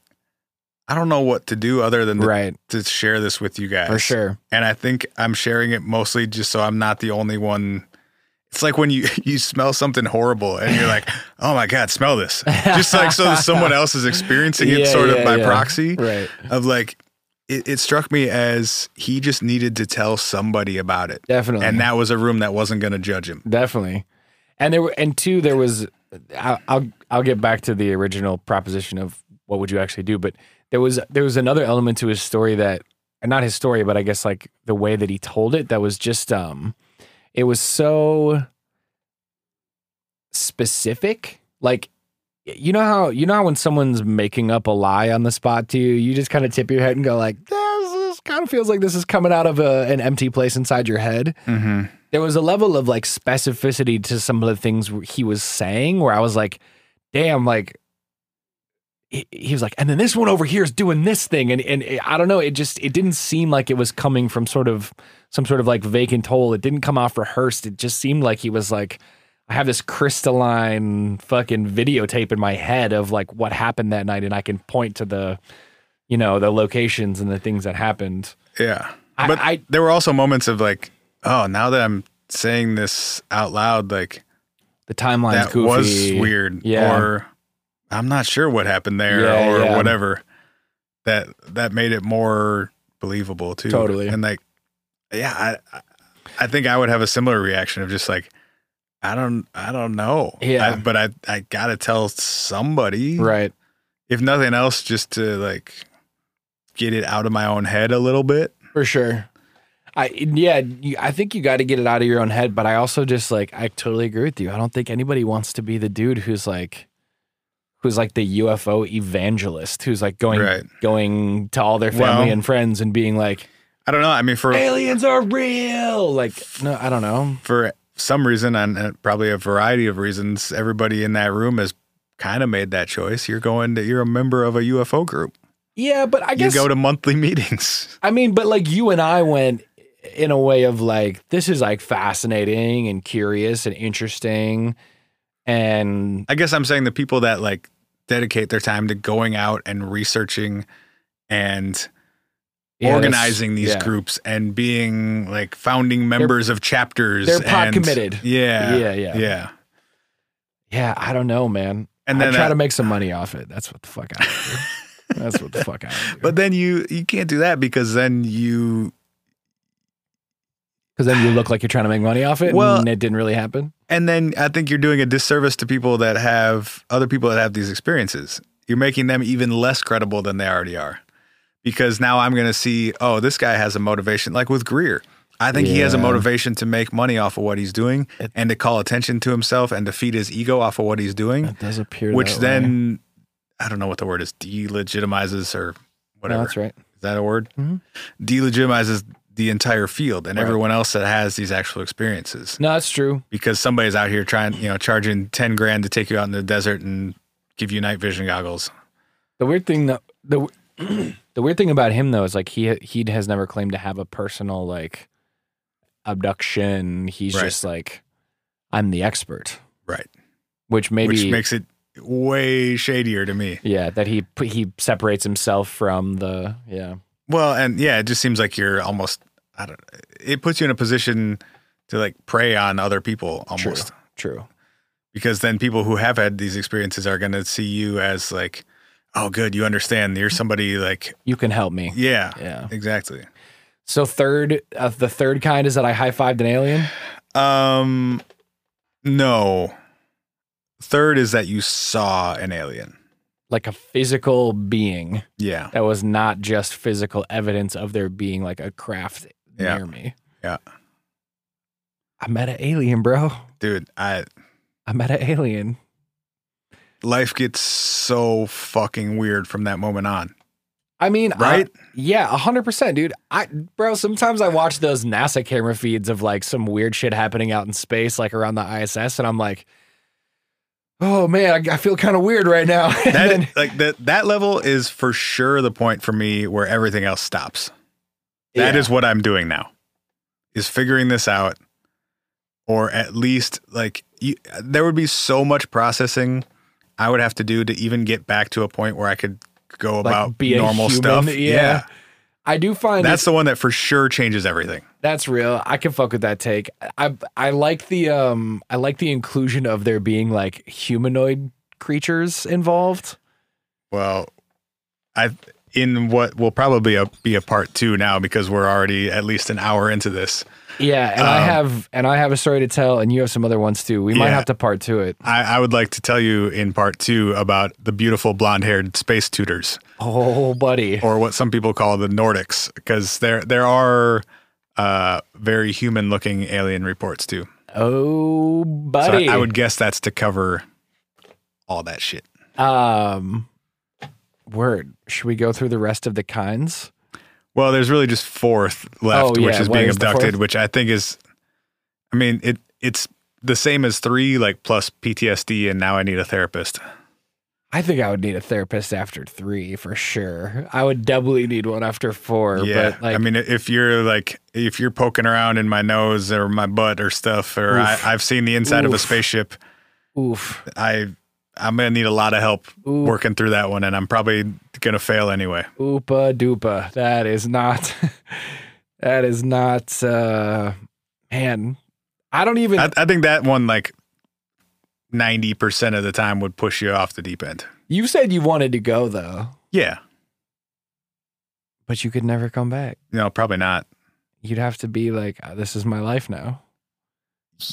Speaker 3: I don't know what to do other than to,
Speaker 1: right,
Speaker 3: to share this with you guys.
Speaker 1: for sure.
Speaker 3: And I think I'm sharing it mostly just so I'm not the only one. It's like when you you smell something horrible and you're like, oh my god, smell this. Just like so that someone else is experiencing it
Speaker 1: Yeah,
Speaker 3: sort of
Speaker 1: yeah,
Speaker 3: by
Speaker 1: yeah.
Speaker 3: proxy
Speaker 1: Right.
Speaker 3: of like it, it struck me as he just needed to tell somebody about it
Speaker 1: Definitely.
Speaker 3: and that was a room that wasn't going to judge him
Speaker 1: definitely. And there were, and two, there was. I, I'll I'll get back to the original proposition of what would you actually do, but there was there was another element to his story that, and not his story, but I guess like the way that he told it that was just um, it was so specific. Like, you know how you know how when someone's making up a lie on the spot to you, you just kind of tip your head and go like, "This, this kind of feels like this is coming out of a, an empty place inside your head."
Speaker 3: mm-hmm.
Speaker 1: there was a level of like specificity to some of the things he was saying where I was like, damn, like he, he was like, and then this one over here is doing this thing. And, and it- I don't know, it just, it didn't seem like it was coming from sort of some sort of like vacant hole. It didn't come off rehearsed. It just seemed like he was like, I have this crystalline fucking videotape in my head of like what happened that night. And I can point to the, you know, the locations and the things that happened.
Speaker 3: yeah
Speaker 1: I-
Speaker 3: but
Speaker 1: I-
Speaker 3: there were also moments of like oh now that i'm saying this out loud like
Speaker 1: The timeline's
Speaker 3: that
Speaker 1: goofy.
Speaker 3: was weird
Speaker 1: Yeah.
Speaker 3: or i'm not sure what happened there
Speaker 1: Yeah,
Speaker 3: or
Speaker 1: yeah.
Speaker 3: whatever that that made it more believable too
Speaker 1: Totally.
Speaker 3: and like yeah i I- i think i would have a similar reaction of just like i don't i don't know
Speaker 1: Yeah.
Speaker 3: I- but i i gotta tell somebody
Speaker 1: Right.
Speaker 3: if nothing else just to like get it out of my own head a little bit
Speaker 1: for sure. I yeah, you, I think you got to get it out of your own head. But I also just like I totally agree with you. I don't think anybody wants to be the dude who's like, who's like the UFO evangelist who's like going
Speaker 3: Right.
Speaker 1: going to all their family
Speaker 3: Well-
Speaker 1: and friends and being like,
Speaker 3: i don't know i mean for
Speaker 1: aliens are real. Like no, I don't know.
Speaker 3: for some reason and uh, probably a variety of reasons everybody in that room has kind of made that choice you're going to you're a member of a ufo group
Speaker 1: Yeah, but I guess
Speaker 3: you go to monthly meetings
Speaker 1: I mean, but like you and I went in a way of like this is like fascinating and curious and interesting and
Speaker 3: i guess i'm saying the people that like dedicate their time to going out and researching and
Speaker 1: yeah, that's-
Speaker 3: organizing these
Speaker 1: yeah.
Speaker 3: groups and being like founding members of chapters
Speaker 1: they're pot
Speaker 3: and-
Speaker 1: committed.
Speaker 3: yeah
Speaker 1: Yeah, yeah.
Speaker 3: yeah
Speaker 1: Yeah, I don't know, man.
Speaker 3: and
Speaker 1: I
Speaker 3: then uh,
Speaker 1: try
Speaker 3: that-
Speaker 1: to make some money off it. That's what the fuck I would do. That's what the fuck I would do.
Speaker 3: But then you you can't do that because then you
Speaker 1: because then you look like you're trying to make money off it,
Speaker 3: Well-
Speaker 1: and it didn't really happen.
Speaker 3: and then I think you're doing a disservice to people that have other people that have these experiences. You're making them even less credible than they already are. Because now I'm going to see, oh, this guy has a motivation like with Greer. I think he has a
Speaker 1: Yeah.
Speaker 3: motivation to make money off of what he's doing
Speaker 1: It-
Speaker 3: and to call attention to himself and to feed his ego off of what he's doing,
Speaker 1: It does appear,
Speaker 3: mm, which
Speaker 1: that way.
Speaker 3: then I don't know what the word is, delegitimizes or
Speaker 1: no,
Speaker 3: whatever.
Speaker 1: that's right.
Speaker 3: Is that a word?
Speaker 1: Mhm.
Speaker 3: Delegitimizes the entire field and
Speaker 1: Right.
Speaker 3: everyone else that has these actual experiences
Speaker 1: No, that's true.
Speaker 3: because somebody's out here trying, you know, charging 10 grand to take you out in the desert and give you night vision goggles.
Speaker 1: The weird thing though, the the weird thing about him though is like he he has never claimed to have a personal like abduction. He's
Speaker 3: Right.
Speaker 1: just like I'm the expert,
Speaker 3: Right.
Speaker 1: which maybe
Speaker 3: Which makes it way shadier to me.
Speaker 1: yeah that he p- he separates himself from the yeah
Speaker 3: Well, and yeah, it just seems like you're almost, I don't, it puts you in a position to like prey on other people
Speaker 1: true
Speaker 3: almost.
Speaker 1: true
Speaker 3: because then people who have had these experiences are going to see you as like oh good you understand you're somebody like
Speaker 1: you can help me
Speaker 3: yeah,
Speaker 1: Mm-hmm. yeah.
Speaker 3: exactly
Speaker 1: So third, uh, the third kind is that I high fived an alien.
Speaker 3: um no third is that you saw an alien
Speaker 1: like a physical being
Speaker 3: yeah
Speaker 1: that was not just physical evidence of there being like a craft
Speaker 3: Yeah.
Speaker 1: near me.
Speaker 3: Yeah.
Speaker 1: I met an alien, bro.
Speaker 3: dude i
Speaker 1: I met an alien.
Speaker 3: life gets so fucking weird from that moment on
Speaker 1: I mean, I-
Speaker 3: Right?
Speaker 1: yeah, hundred percent, dude. I, bro, sometimes I watch those NASA camera feeds of like some weird shit happening out in space, like around the ISS, and I'm like, oh man, I, I feel kind of weird right now. And
Speaker 3: that
Speaker 1: then-
Speaker 3: like that that level is for sure the point for me where everything else stops That is
Speaker 1: Yeah.
Speaker 3: what I'm doing now, is figuring this out, or at least like you, there would be so much processing I would have to do to even get back to a point where I could go about
Speaker 1: be a
Speaker 3: normal
Speaker 1: human,
Speaker 3: stuff.
Speaker 1: yeah. I do find
Speaker 3: that's the one that for sure changes everything.
Speaker 1: That's real. I can fuck with that take. I I like the um I like the inclusion of there being like humanoid creatures involved.
Speaker 3: Well, I in what will probably a, be a part two now because we're already at least an hour into this.
Speaker 1: Yeah, and I
Speaker 3: Um,
Speaker 1: have and I have a story to tell, and you have some other ones too. We might
Speaker 3: Yeah.
Speaker 1: have to part two it.
Speaker 3: I, I would like to tell you in part two about the beautiful blonde haired space tutors.
Speaker 1: Oh, buddy.
Speaker 3: or what some people call the Nordics, because there there are uh, very human looking alien reports too.
Speaker 1: Oh,
Speaker 3: So I,
Speaker 1: buddy.
Speaker 3: I would guess that's to cover all that shit.
Speaker 1: um word. Should we go through the rest of the kinds?
Speaker 3: Well, there's really just fourth left,
Speaker 1: Oh,
Speaker 3: which
Speaker 1: yeah,
Speaker 3: is
Speaker 1: what
Speaker 3: being
Speaker 1: is the
Speaker 3: abducted,
Speaker 1: fourth?
Speaker 3: which I think is, I mean it it's the same as three, like plus PTSD, and now I need a therapist.
Speaker 1: I think I would need a therapist after three for sure. I would doubly need one after four.
Speaker 3: yeah,
Speaker 1: but like
Speaker 3: I mean if you're like if you're poking around in my nose or my butt or stuff, or I,
Speaker 1: Oof.
Speaker 3: I've seen the inside of a
Speaker 1: Oof.
Speaker 3: spaceship.
Speaker 1: oof.
Speaker 3: I I'm gonna need a lot of help
Speaker 1: Ooh.
Speaker 3: working through that one, and I'm probably gonna fail anyway.
Speaker 1: Oopa dupa. That is not. that is not. uh Man, I don't even.
Speaker 3: I, I think that one like ninety percent of the time would push you off the deep end.
Speaker 1: you said you wanted to go though,
Speaker 3: Yeah,
Speaker 1: but you could never come back.
Speaker 3: no, probably not.
Speaker 1: You'd have to be like, "Oh, this is my life now.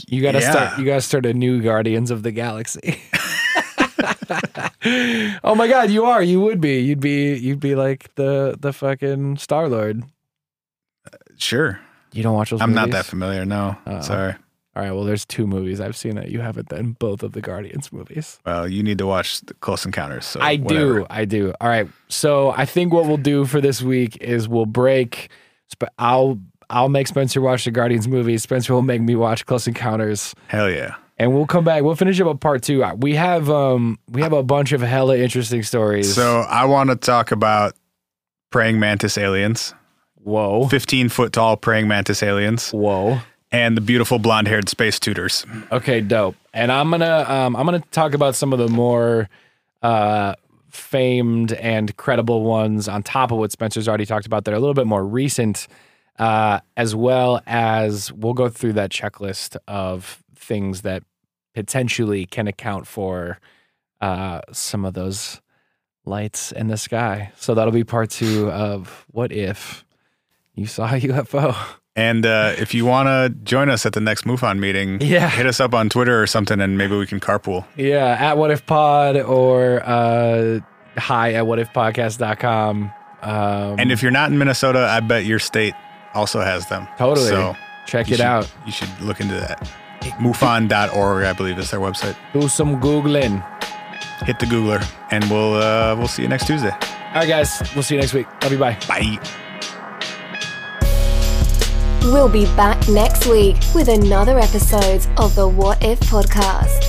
Speaker 1: You gotta
Speaker 3: Yeah.
Speaker 1: start. You gotta start a new Guardians of the Galaxy. oh my God, you are. You would be. You'd be. You'd be like the the fucking Star Lord.
Speaker 3: Sure,
Speaker 1: You don't watch those.
Speaker 3: I'm not
Speaker 1: movies? Uh-uh.
Speaker 3: that familiar. No,
Speaker 1: Uh-oh.
Speaker 3: sorry.
Speaker 1: All right. Well, there's two movies I've seen that you haven't. Then both of the Guardians movies.
Speaker 3: Well, you need to watch the Close Encounters. So
Speaker 1: I
Speaker 3: whatever.
Speaker 1: do. I do. All right. So I think what we'll do for this week is we'll break. Sp- I'll I'll make Spencer watch the Guardians movies. Spencer will make me watch Close Encounters,
Speaker 3: Hell yeah.
Speaker 1: and we'll come back. We'll finish up a part two. We have um we have a bunch of hella interesting stories.
Speaker 3: So I want to talk about praying mantis aliens,
Speaker 1: whoa,
Speaker 3: 15 foot tall praying mantis aliens,
Speaker 1: whoa.
Speaker 3: and the beautiful blonde haired space tutors.
Speaker 1: Okay, dope. And I'm gonna um, I'm gonna talk about some of the more uh, famed and credible ones on top of what Spencer's already talked about that are a little bit more recent, uh, as well as we'll go through that checklist of things that potentially can account for uh, some of those lights in the sky. So that'll be part two of what if you saw a UFO.
Speaker 3: And uh, if you want to join us at the next MUFON meeting,
Speaker 1: Yeah.
Speaker 3: hit us up on Twitter or something, and maybe we can carpool.
Speaker 1: Yeah, at what if pod or uh hi at what if podcast.com. Um
Speaker 3: And if you're not in Minnesota, I bet your state also has them.
Speaker 1: totally
Speaker 3: So
Speaker 1: check it
Speaker 3: you should,
Speaker 1: out.
Speaker 3: You should look into that. MUFON.org, I believe, is their website.
Speaker 1: Do some googling.
Speaker 3: Hit the Googler, and we'll uh, we'll see you next Tuesday.
Speaker 1: All right guys, we'll see you next week. Love you bye.
Speaker 3: Bye.
Speaker 2: We'll be back next week with another episode of the What If Podcast.